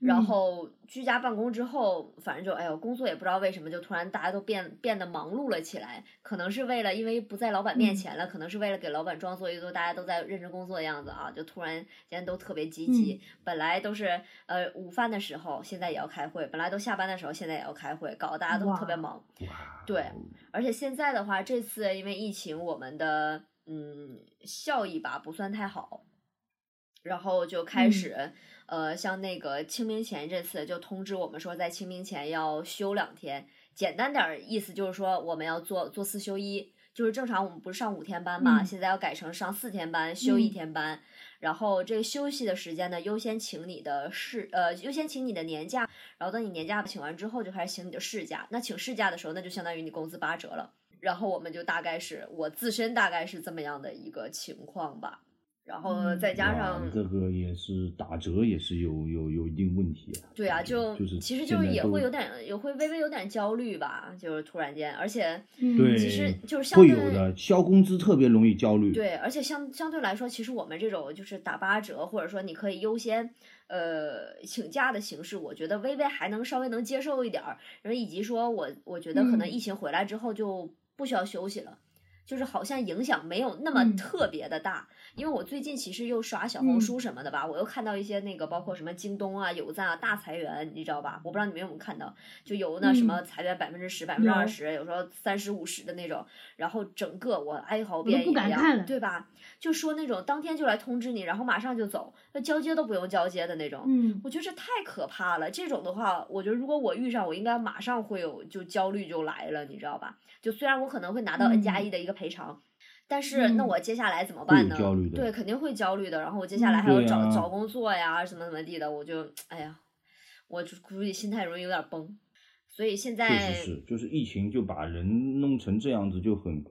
Speaker 1: 然
Speaker 3: 嗯
Speaker 1: 后居家办公之后，反正就哎呦，工作也不知道为什么就突然大家都变变得忙碌了起来，可能是为了因为不在老板面
Speaker 3: 嗯
Speaker 1: 前了，可能是为了给老板装作一副大家都在认真工作的样子啊，就突然间都特别积极。
Speaker 3: 嗯
Speaker 1: 本来都是呃午饭的时候，现在也要开会；本来都下班的时候，现在也要开会，搞得大家都特别
Speaker 3: 哇
Speaker 1: 忙。
Speaker 2: 哇，
Speaker 1: 对，而且现在的话，这次因为疫情，我们的嗯效益吧不算太好，然后就开
Speaker 3: 嗯
Speaker 1: 始、呃，像那个清明前这次就通知我们说，在清明前要休两天，简单点儿意思就是说我们要做做四休一，就是正常我们不是上五天班嘛，
Speaker 3: 嗯
Speaker 1: 现在要改成上四天班，休一
Speaker 3: 嗯
Speaker 1: 天班。然后这个休息的时间呢，优先请你的事，呃，优先请你的年假，然后等你年假请完之后，就开始请你的事假。那请事假的时候，那就相当于你工资八折了。然后我们就大概是我自身大概是这么样的一个情况吧，然后
Speaker 3: 嗯
Speaker 1: 再加上、
Speaker 2: 哇这个也是打折，也是有有有一定问题啊。
Speaker 1: 对啊，就
Speaker 2: 就是
Speaker 1: 其实
Speaker 2: 现
Speaker 1: 就是
Speaker 2: 在
Speaker 1: 也
Speaker 2: 都
Speaker 1: 会有点，也会微微有点焦虑吧，就是突然间，而且
Speaker 3: 嗯
Speaker 2: 对，
Speaker 1: 其实就是相
Speaker 2: 会
Speaker 1: 对
Speaker 2: 有的，交工资特别容易焦
Speaker 3: 嗯
Speaker 2: 虑。，
Speaker 1: 对，而且相相对来说，其实我们这种就是打八折，或者说你可以优先呃请假的形式，我觉得微微还能稍微能接受一点儿，然后以及说我我觉得可能
Speaker 3: 嗯
Speaker 1: 疫情回来之后就不需要休息了。就是好像影响没有那么
Speaker 3: 嗯
Speaker 1: 特别的大，因为我最近其实又刷小红
Speaker 3: 嗯
Speaker 1: 书什么的吧，我又看到一些那个包括什么京东啊、有赞啊大裁员，你知道吧？我不知道你们有没有看到，就有那什
Speaker 3: 嗯
Speaker 1: 么裁员百分之十、百分之二十，有时候三十五十的那种，然后整个我哀嚎遍
Speaker 3: 不
Speaker 1: 野
Speaker 3: 敢
Speaker 1: 呀
Speaker 3: 看了
Speaker 1: 对吧？就说那种当天就来通知你，然后马上就走，那交接都不用交接的那种。
Speaker 3: 嗯，
Speaker 1: 我觉得这太可怕了。这种的话，我觉得如果我遇上，我应该马上会有就焦虑就来了，你知道吧？就虽然我可能会拿到
Speaker 3: 嗯
Speaker 1: N 加一的一个赔偿，但是那
Speaker 3: 嗯
Speaker 1: 我接下来怎么
Speaker 2: 会
Speaker 1: 办
Speaker 2: 有
Speaker 1: 呢？
Speaker 2: 焦虑的
Speaker 1: 对，肯定会焦虑的。然后我接下来
Speaker 3: 嗯
Speaker 1: 还要
Speaker 2: 对
Speaker 1: 找、
Speaker 2: 啊
Speaker 1: 找工作呀，怎么怎么地的，我就哎呀，我就估计心态容易有点崩。所以现在
Speaker 2: 确实是，就是疫情就把人弄成这样子，就很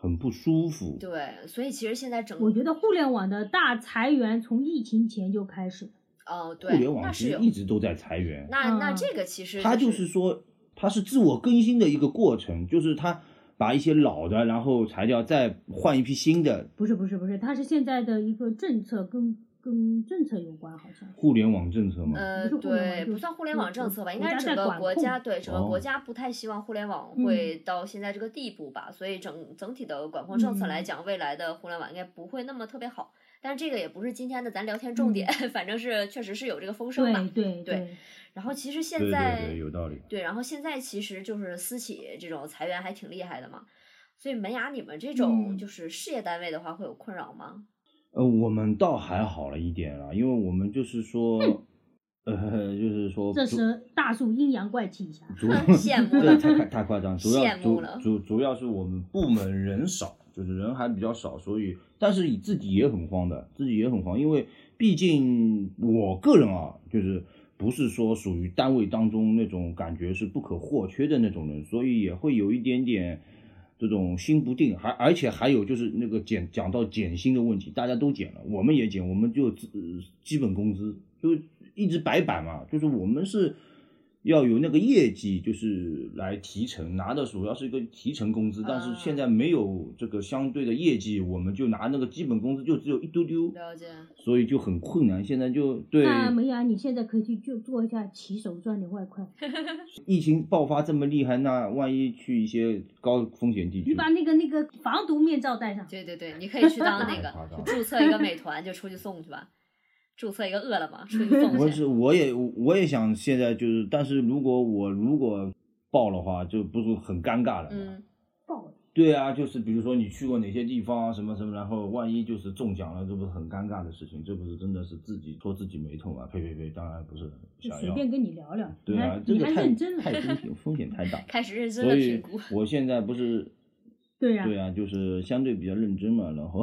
Speaker 2: 很不舒服。
Speaker 1: 对，所以其实现在整
Speaker 3: 我觉得互联网的大裁员从疫情前就开始了，
Speaker 1: 哦，
Speaker 2: 互
Speaker 1: 对，
Speaker 2: 联网
Speaker 1: 那是
Speaker 2: 其实
Speaker 1: 有
Speaker 2: 一直都在裁员，
Speaker 1: 那那
Speaker 3: 嗯
Speaker 1: 这个其实
Speaker 2: 它就是说它是自我更新的一个过程，就是它把一些老的然后裁掉，再换一批新的。
Speaker 3: 不是不是不是，它是现在的一个政策跟跟政策有关，好像
Speaker 2: 互联网政策嘛，
Speaker 1: 呃，
Speaker 3: 不是互联网
Speaker 1: 对，
Speaker 3: 就
Speaker 1: 不算互联
Speaker 3: 国
Speaker 1: 网政策吧，应
Speaker 3: 国
Speaker 1: 该
Speaker 3: 家
Speaker 1: 是整
Speaker 3: 在
Speaker 1: 个
Speaker 3: 管
Speaker 1: 国
Speaker 3: 控
Speaker 1: 家对整个国
Speaker 2: 哦嗯
Speaker 1: 家不太希望互联网会到现在这个地步吧，所以整整体的管控政策来
Speaker 3: 嗯
Speaker 1: 讲，未来的互联网应该不会那么特别好。但这个也不是今天的咱聊天重点，反正是确实是有这个风声
Speaker 3: 嗯对
Speaker 1: 吧。
Speaker 3: 对
Speaker 1: 对，然后其实现
Speaker 2: 对
Speaker 1: 在
Speaker 2: 对对，有道理。
Speaker 1: 对，然后现在其实就是私企这种裁员还挺厉害的嘛，所以门牙你们这种
Speaker 3: 嗯
Speaker 1: 就是事业单位的话会有困扰吗？
Speaker 2: 呃，我们倒还好了一点啦，因为我们就是说，呃，就是说
Speaker 3: 这
Speaker 2: 主
Speaker 3: 时大树阴阳怪气一下，
Speaker 2: 主
Speaker 1: 羡慕
Speaker 2: 这
Speaker 1: 了
Speaker 2: 太太太夸张，主要
Speaker 1: 羡慕
Speaker 2: 主
Speaker 1: 了
Speaker 2: 主主要是我们部门人少，就是人还比较少，所以但是自己也很慌的，自己也很慌，因为毕竟我个人啊，就是不是说属于单位当中那种感觉是不可或缺的那种人，所以也会有一点点。这种心不定，还而且还有就是那个减讲到减薪的问题，大家都减了，我们也减，我们就自、呃基本工资就一直白板嘛，就是我们是要有那个业绩，就是来提成，拿的主要是一个提成工资，但是
Speaker 1: 啊
Speaker 2: 现在没有这个相对的业绩，我们就拿那个基本工资就只有一丢丢，
Speaker 1: 了解，
Speaker 2: 所以就很困难。现在就对
Speaker 3: 那梅雅，你现在可以去就做一下骑手赚点外 快，
Speaker 2: 疫情爆发这么厉害，那万一去一些高风险地
Speaker 3: 你
Speaker 2: 区，
Speaker 3: 把那个那个防毒面罩戴上，
Speaker 1: 对对对，你可以去当那
Speaker 2: 太
Speaker 1: 个
Speaker 2: 夸张了。
Speaker 1: 注册一个美团就出去送去吧，注册一个饿了么出去送
Speaker 2: 我
Speaker 1: 去。
Speaker 2: 是我也我也想现在就是，但是如果我如果爆的话，就不是很尴尬了嘛。
Speaker 1: 嗯，，
Speaker 3: 爆了！
Speaker 2: 对啊，就是比如说你去过哪些地方啊，什么什么，然后万一就是中奖了，这不是很尴尬的事情，这不是真的是自己说自己没痛啊？呸呸呸，当然不是
Speaker 3: 就
Speaker 2: 想
Speaker 3: 随
Speaker 2: 要。
Speaker 3: 便跟你聊聊，
Speaker 2: 对啊，这
Speaker 3: 你
Speaker 2: 个
Speaker 3: 还你还
Speaker 2: 太
Speaker 3: 认真了，
Speaker 2: 太 风险风险太大
Speaker 1: 开始认真
Speaker 2: 所
Speaker 1: 的
Speaker 2: 以
Speaker 1: 评估。
Speaker 2: 我现在不是
Speaker 3: 对呀、
Speaker 2: 对啊，就是相对比较认真嘛，然后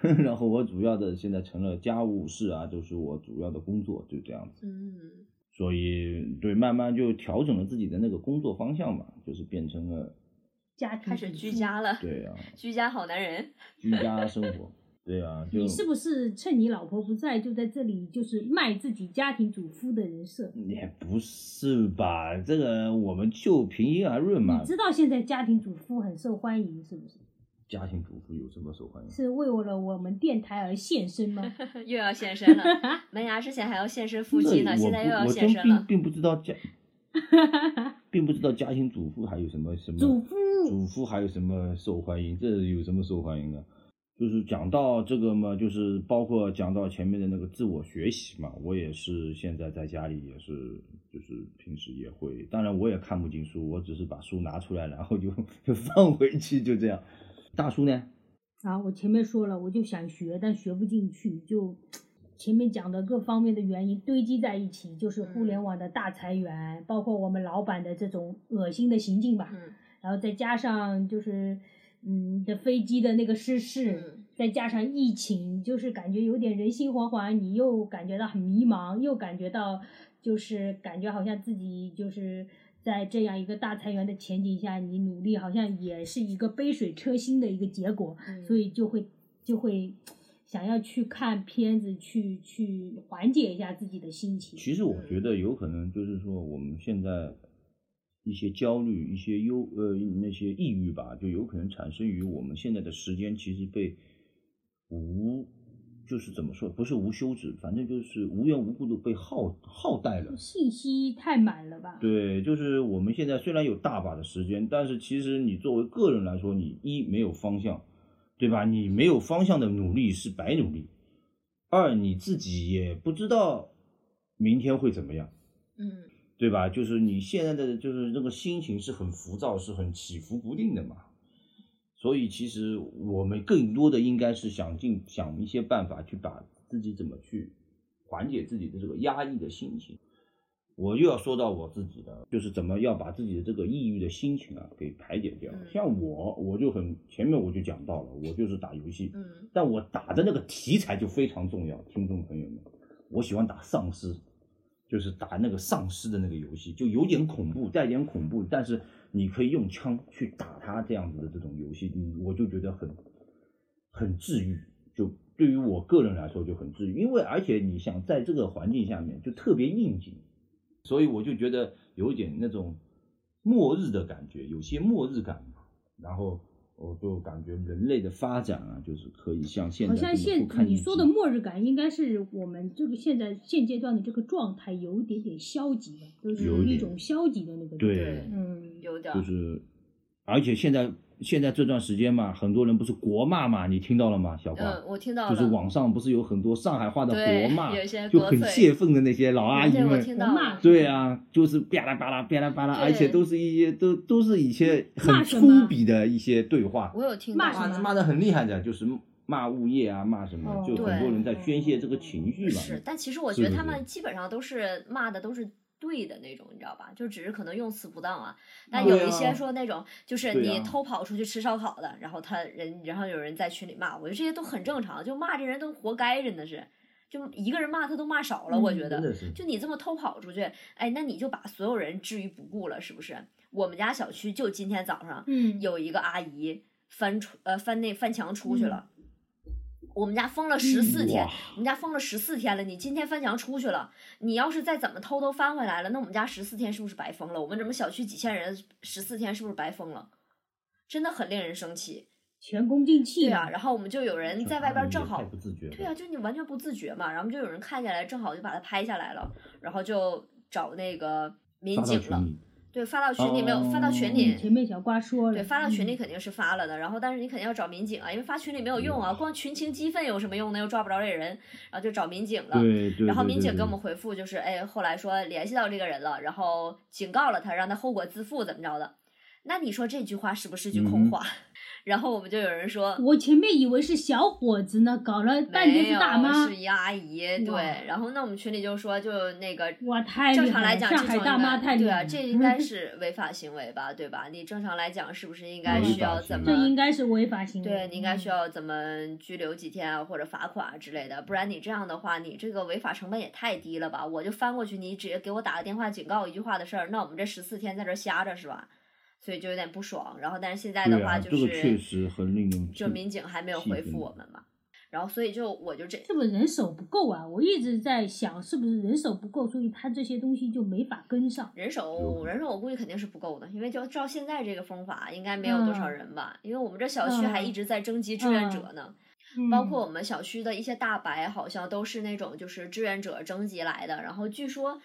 Speaker 2: 然后我主要的现在成了家务事啊，就是我主要的工作，就这样子。
Speaker 1: 嗯，
Speaker 2: 所以对，慢慢就调整了自己的那个工作方向吧，就是变成了
Speaker 3: 家庭
Speaker 1: 开始
Speaker 3: 主
Speaker 1: 居
Speaker 3: 妇。
Speaker 1: 家了，
Speaker 2: 对啊，
Speaker 1: 居家好男 人。
Speaker 2: 居家生活，对啊，就
Speaker 3: 你是不是趁你老婆不在，就在这里就是卖自己家庭主妇的人设？
Speaker 2: 也不是吧？这个我们就平心而论嘛
Speaker 3: 你。知道现在家庭主妇很受欢迎，是不是？
Speaker 2: 家庭主妇有这么受欢迎？
Speaker 3: 是为了我们电台而献 身吗？
Speaker 1: 又要现身了。门牙之前还要现身腹肌呢，
Speaker 2: 那
Speaker 1: 现在又要
Speaker 2: 我不我
Speaker 1: 现
Speaker 2: 真
Speaker 1: 身
Speaker 2: 并
Speaker 1: 了。
Speaker 2: 并不知道 家，并不知道家庭主妇还有什么什么
Speaker 3: 主妇
Speaker 2: 主妇还有什么受欢迎？这有什么受欢迎的？就是讲到这个嘛，就是包括讲到前面的那个自我学习嘛，我也是现在在家里也是，就是平时也会，当然我也看不进书，我只是把书拿出来，然后就 就放回去，就这样。大叔呢？
Speaker 3: 啊，我前面说了，我就想学，但学不进去，就前面讲的各方面的原因堆积在一起，就是互
Speaker 1: 嗯
Speaker 3: 联网的大裁员，包括我们老板的这种恶心的行径吧，
Speaker 1: 嗯
Speaker 3: 然后再加上就是嗯的飞机的那个失事，
Speaker 1: 嗯
Speaker 3: 再加上疫情，就是感觉有点人心惶惶，你又感觉到很迷茫，又感觉到就是感觉好像自己就是。在这样一个大裁员的前景下，你努力好像也是一个杯水车薪的一个结果。
Speaker 1: 嗯，
Speaker 3: 所以就会就会想要去看片子，去去缓解一下自己的心情。
Speaker 2: 其实我觉得有可能就是说，我们现在一些焦虑、一些忧呃那些抑郁吧，就有可能产生于我们现在的时间其实被无就是怎么说，不是无休止，反正就是无缘无故的被耗耗殆了。
Speaker 3: 信息太满了吧？
Speaker 2: 对，就是我们现在虽然有大把的时间，但是其实你作为个人来说，你一没有方向，对吧？你没有方向的努力是白努力。二，你自己也不知道明天会怎么样。
Speaker 1: 嗯
Speaker 2: 对吧？就是你现在的就是这个心情是很浮躁，是很起伏不定的嘛。所以其实我们更多的应该是想尽想一些办法去把自己怎么去缓解自己的这个压抑的心情。我又要说到我自己的，就是怎么要把自己的这个抑郁的心情啊给排解掉
Speaker 1: 嗯。
Speaker 2: 像我，我就很前面我就讲到了，我就是打游戏，
Speaker 1: 嗯
Speaker 2: 但我打的那个题材就非常重要，听众朋友们，我喜欢打丧尸，就是打那个丧尸的那个游戏，就有点恐怖，带点恐怖，但是你可以用枪去打它这样子的这种游戏，嗯我就觉得很很治愈，就对于我个人来说就很治愈，因为而且你想在这个环境下面就特别应景，所以我就觉得有点那种末日的感觉，有些末日感吧然后我就感觉人类的发展啊，就是可以像现在
Speaker 3: 好像
Speaker 2: 这么
Speaker 3: 现
Speaker 2: 不堪一
Speaker 3: 你
Speaker 2: 击
Speaker 3: 说的末日感，应该是我们这个现在现阶段的这个状态有一点点消极的，就是
Speaker 1: 有一
Speaker 3: 有一
Speaker 2: 点
Speaker 3: 种消极的那个。
Speaker 2: 对
Speaker 1: 对，
Speaker 3: 嗯，
Speaker 1: 有点儿
Speaker 2: 就是而且现在现在这段时间嘛，很多人不是国骂嘛，你听到了吗，小花？
Speaker 1: 嗯，我听到
Speaker 2: 就
Speaker 1: 了，
Speaker 2: 是网上不是有很多上海话的
Speaker 1: 对
Speaker 2: 国骂
Speaker 1: 有一些，
Speaker 2: 就
Speaker 1: 国
Speaker 2: 很
Speaker 1: 粹
Speaker 2: 泄愤的那些老阿姨
Speaker 1: 对，我
Speaker 2: 们，
Speaker 1: 听到
Speaker 3: 骂
Speaker 1: 了，
Speaker 2: 对啊，就是吧啦吧啦吧啦吧啦，
Speaker 1: 对
Speaker 2: 而且都是一些都都是一些
Speaker 3: 骂
Speaker 2: 很
Speaker 3: 什
Speaker 2: 粗
Speaker 3: 么
Speaker 2: 鄙的一些对话，
Speaker 1: 我有听
Speaker 3: 骂
Speaker 1: 到
Speaker 3: 什
Speaker 2: 骂
Speaker 3: 么
Speaker 2: 骂的很厉害的，就是骂物业啊，骂什么
Speaker 3: 哦，
Speaker 2: 就很多人在
Speaker 3: 对
Speaker 2: 宣泄这个情绪嘛。
Speaker 1: 是，但其实我
Speaker 2: 是
Speaker 1: 觉得
Speaker 2: 是
Speaker 1: 他
Speaker 2: 是
Speaker 1: 们基本上都是骂的都是对的那种，你知道吧？就只是可能用词不当啊。但
Speaker 2: 对
Speaker 1: 有一些
Speaker 2: 啊
Speaker 1: 说那种就是
Speaker 2: 对
Speaker 1: 你
Speaker 2: 啊
Speaker 1: 偷跑出去吃烧烤的，然后他人然后有人在群里骂，我觉得这些都很正常，就骂这人都活该，真的是。就一个人骂他都骂少了，我
Speaker 3: 嗯
Speaker 1: 觉
Speaker 2: 真
Speaker 1: 得。
Speaker 2: 的是，
Speaker 1: 就你这么偷跑出去，哎，那你就把所有人置于不顾了，是不是？我们家小区就今天早上
Speaker 3: 嗯，
Speaker 1: 有一个阿姨翻出呃翻那翻墙出去了，我们家封了十四天，
Speaker 2: 嗯哇
Speaker 1: 我们家封了十四天了，你今天翻墙出去了，你要是再怎么偷偷翻回来了，那我们家十四天是不是白封了？我们怎么小区几千人，十四天是不是白封了？真的很令人生气，
Speaker 3: 前功尽弃
Speaker 1: 对
Speaker 3: 嘛
Speaker 1: 啊。然后我们就有人
Speaker 2: 就
Speaker 1: 在
Speaker 2: 他
Speaker 1: 外边
Speaker 2: 们
Speaker 1: 正
Speaker 2: 也
Speaker 1: 好
Speaker 2: 太不自觉了。
Speaker 1: 对啊，就你完全不自觉嘛，然后就有人看见来，正好就把它拍下来了，然后就找那个民
Speaker 2: 发到
Speaker 1: 警
Speaker 2: 群
Speaker 1: 了，
Speaker 2: 里，
Speaker 1: 对，发到群里没有，发到群里
Speaker 2: 哦，
Speaker 3: 嗯前面小瓜说了，
Speaker 1: 对，发到群里
Speaker 3: 嗯
Speaker 1: 肯定是发了的，然后但是你肯定要找民警啊，因为发群里没有
Speaker 3: 嗯
Speaker 1: 用啊，光群情激愤有什么用呢？又抓不着这人，然后就找民警了。
Speaker 2: 对对。
Speaker 1: 然后
Speaker 2: 对
Speaker 1: 民
Speaker 2: 对
Speaker 1: 警给
Speaker 2: 对
Speaker 1: 我们回复就是，哎，后来说联系到这个人了，然后警告了他，让他后果自负，怎么着的？那你说这句话是不是句空
Speaker 2: 嗯哼
Speaker 1: 话？ 然后我们就有人说，
Speaker 3: 我前面以为是小伙子呢，搞了 半天
Speaker 1: 没
Speaker 3: 是
Speaker 1: 有，
Speaker 3: 大妈
Speaker 1: 是。一个阿姨。
Speaker 3: 哇
Speaker 1: 对，然后那我们群里就说，就那个
Speaker 3: 哇太厉害
Speaker 1: 正常来
Speaker 3: 了
Speaker 1: 讲，
Speaker 3: 上
Speaker 1: 这
Speaker 3: 海
Speaker 1: 种
Speaker 3: 大
Speaker 1: 应
Speaker 3: 妈
Speaker 1: 该
Speaker 3: 太厉
Speaker 1: 对
Speaker 3: 害
Speaker 1: 啊，
Speaker 3: 了嗯
Speaker 1: 这应该是违法行为吧，对吧？你正常来讲，是不是应该
Speaker 2: 违
Speaker 1: 需
Speaker 2: 法
Speaker 1: 要
Speaker 2: 行
Speaker 1: 怎
Speaker 2: 为
Speaker 1: 么？
Speaker 3: 这应该是嗯违法行为。
Speaker 1: 对你应该需
Speaker 3: 嗯
Speaker 1: 要怎么拘留几天啊，或者罚款啊之类的，不然你这样的话，你这个违法成本也太低了吧？我就翻过去，你直接给我打个电话警告一句话的事儿，那我们这十四天在这儿瞎着是吧？所以就有点不爽。然后，但是现在
Speaker 2: 对
Speaker 1: 的话
Speaker 2: 啊，
Speaker 1: 就
Speaker 2: 这
Speaker 1: 是、
Speaker 2: 个确实很令人
Speaker 1: 就
Speaker 2: 气
Speaker 1: 民警还没有
Speaker 2: 气
Speaker 1: 回
Speaker 2: 愤
Speaker 1: 复我们嘛。然后所以就我就这
Speaker 3: 是不是人手不够啊？我一直在想，是不是人手不够，所以他这些东西就没法跟上。
Speaker 1: 人
Speaker 2: 有可
Speaker 1: 手
Speaker 2: 能
Speaker 1: 人手我估计肯定是不够的，因为就照现在这个风法，应该没有多少
Speaker 3: 嗯
Speaker 1: 人吧？因为我们这小区还
Speaker 3: 嗯
Speaker 1: 一直在征集志愿者呢，包
Speaker 3: 嗯
Speaker 1: 括我们小区的一些大白，好像都是那种就是志愿者征集来的，然后据说。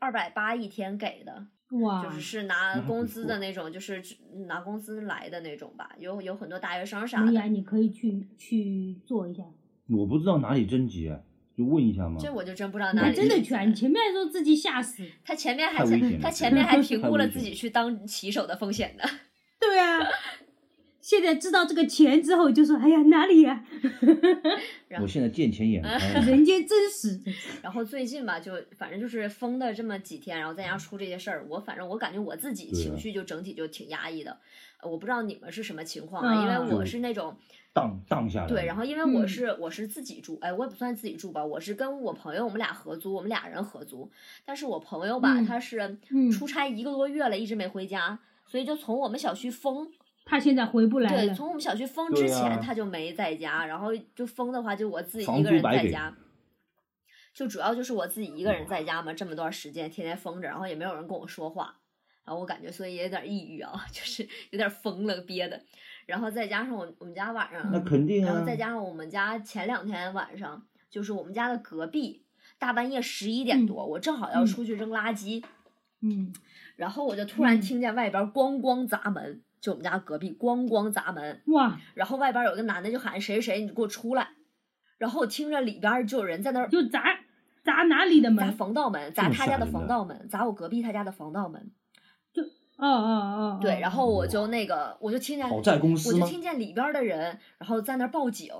Speaker 1: 二百八一天给的，
Speaker 3: 嗯哇，
Speaker 1: 就是是拿
Speaker 2: 啊那还
Speaker 1: 工
Speaker 2: 不
Speaker 1: 资
Speaker 2: 错
Speaker 1: 的那种，就是只拿工资来的那种吧。有有很多大学生啥
Speaker 2: 哎
Speaker 3: 萌
Speaker 1: 的，
Speaker 3: 芽，你可以去去做一下。
Speaker 2: 我不知道哪里征集，就问一下嘛。
Speaker 1: 这我就真不知道
Speaker 3: 你
Speaker 1: 哪
Speaker 3: 还
Speaker 1: 里。
Speaker 3: 真的去啊！你前面说自己吓死，
Speaker 1: 他前面还
Speaker 2: 太危险了
Speaker 1: 他前
Speaker 2: 这个
Speaker 1: 面还
Speaker 2: 太
Speaker 1: 评估
Speaker 2: 危
Speaker 1: 了
Speaker 2: 险
Speaker 1: 自己
Speaker 2: 了
Speaker 1: 去当骑手的风险的。
Speaker 3: 对啊。 现在知道这个钱之后，就说：“哎呀，哪里呀、
Speaker 1: 然
Speaker 2: 我现在 见钱眼开了，
Speaker 3: 人间真实。
Speaker 1: 然后最近吧，就反正就是封的这么几天，然后再加上出这些事儿，我反正我感觉我自己
Speaker 2: 对
Speaker 1: 情
Speaker 2: 啊
Speaker 1: 绪就整体就挺压抑的。呃我不知道你们是什么情况啊，因为我
Speaker 2: 嗯
Speaker 1: 是那种
Speaker 2: 荡荡下来了。
Speaker 1: 对，然后因为我
Speaker 3: 嗯
Speaker 1: 是我是自己住，哎，我也不算自己住吧，我是跟我朋友我们俩合租，我们俩人合租。但是我朋友吧，
Speaker 3: 嗯
Speaker 1: 他是
Speaker 3: 嗯
Speaker 1: 出差一个多月了，一直没回家，所以就从我们小区封
Speaker 3: 他现在回不来
Speaker 1: 对，
Speaker 3: 了。
Speaker 1: 从我们小区封
Speaker 2: 对
Speaker 1: 之前
Speaker 2: 啊
Speaker 1: 他就没在家，然后就封的话就我自己
Speaker 2: 房
Speaker 1: 一个
Speaker 2: 租
Speaker 1: 人
Speaker 2: 白
Speaker 1: 在
Speaker 2: 给
Speaker 1: 家，就主要就是我自己一个人在家嘛，这么段时间天天封着，然后也没有人跟我说话，然后我感觉所以也有点抑郁啊， 就是有点疯了憋的，然后再加上我我们家晚上
Speaker 2: 那肯定
Speaker 1: 然
Speaker 2: 啊
Speaker 1: 后，
Speaker 3: 嗯
Speaker 1: 再加上我们家前两天晚上，就是我们家的隔壁，大半夜十一点
Speaker 3: 嗯
Speaker 1: 多，我正好要
Speaker 3: 嗯
Speaker 1: 出去扔垃圾，
Speaker 3: 嗯，
Speaker 1: 然后我就突然
Speaker 3: 嗯
Speaker 1: 听见外边咣咣砸门，就我们家隔壁咣咣砸门，
Speaker 3: 哇，
Speaker 1: 然后外边有一个男的就喊谁谁谁，你给我出来。然后我听着里边就有人在那儿
Speaker 3: 就砸砸哪里的门
Speaker 1: 砸？防盗门，砸
Speaker 2: 这么
Speaker 1: 他家
Speaker 2: 吓
Speaker 1: 的
Speaker 2: 人
Speaker 1: 防
Speaker 2: 的
Speaker 1: 盗门，砸我隔壁他家的防盗门。
Speaker 3: 哦哦哦，哦
Speaker 1: 对，然后我
Speaker 2: 哇
Speaker 1: 就那个，我就听见
Speaker 2: 讨债公
Speaker 1: 我
Speaker 2: 司
Speaker 1: 就
Speaker 2: 吗？
Speaker 1: 听见里边儿的人，然后在那儿报警，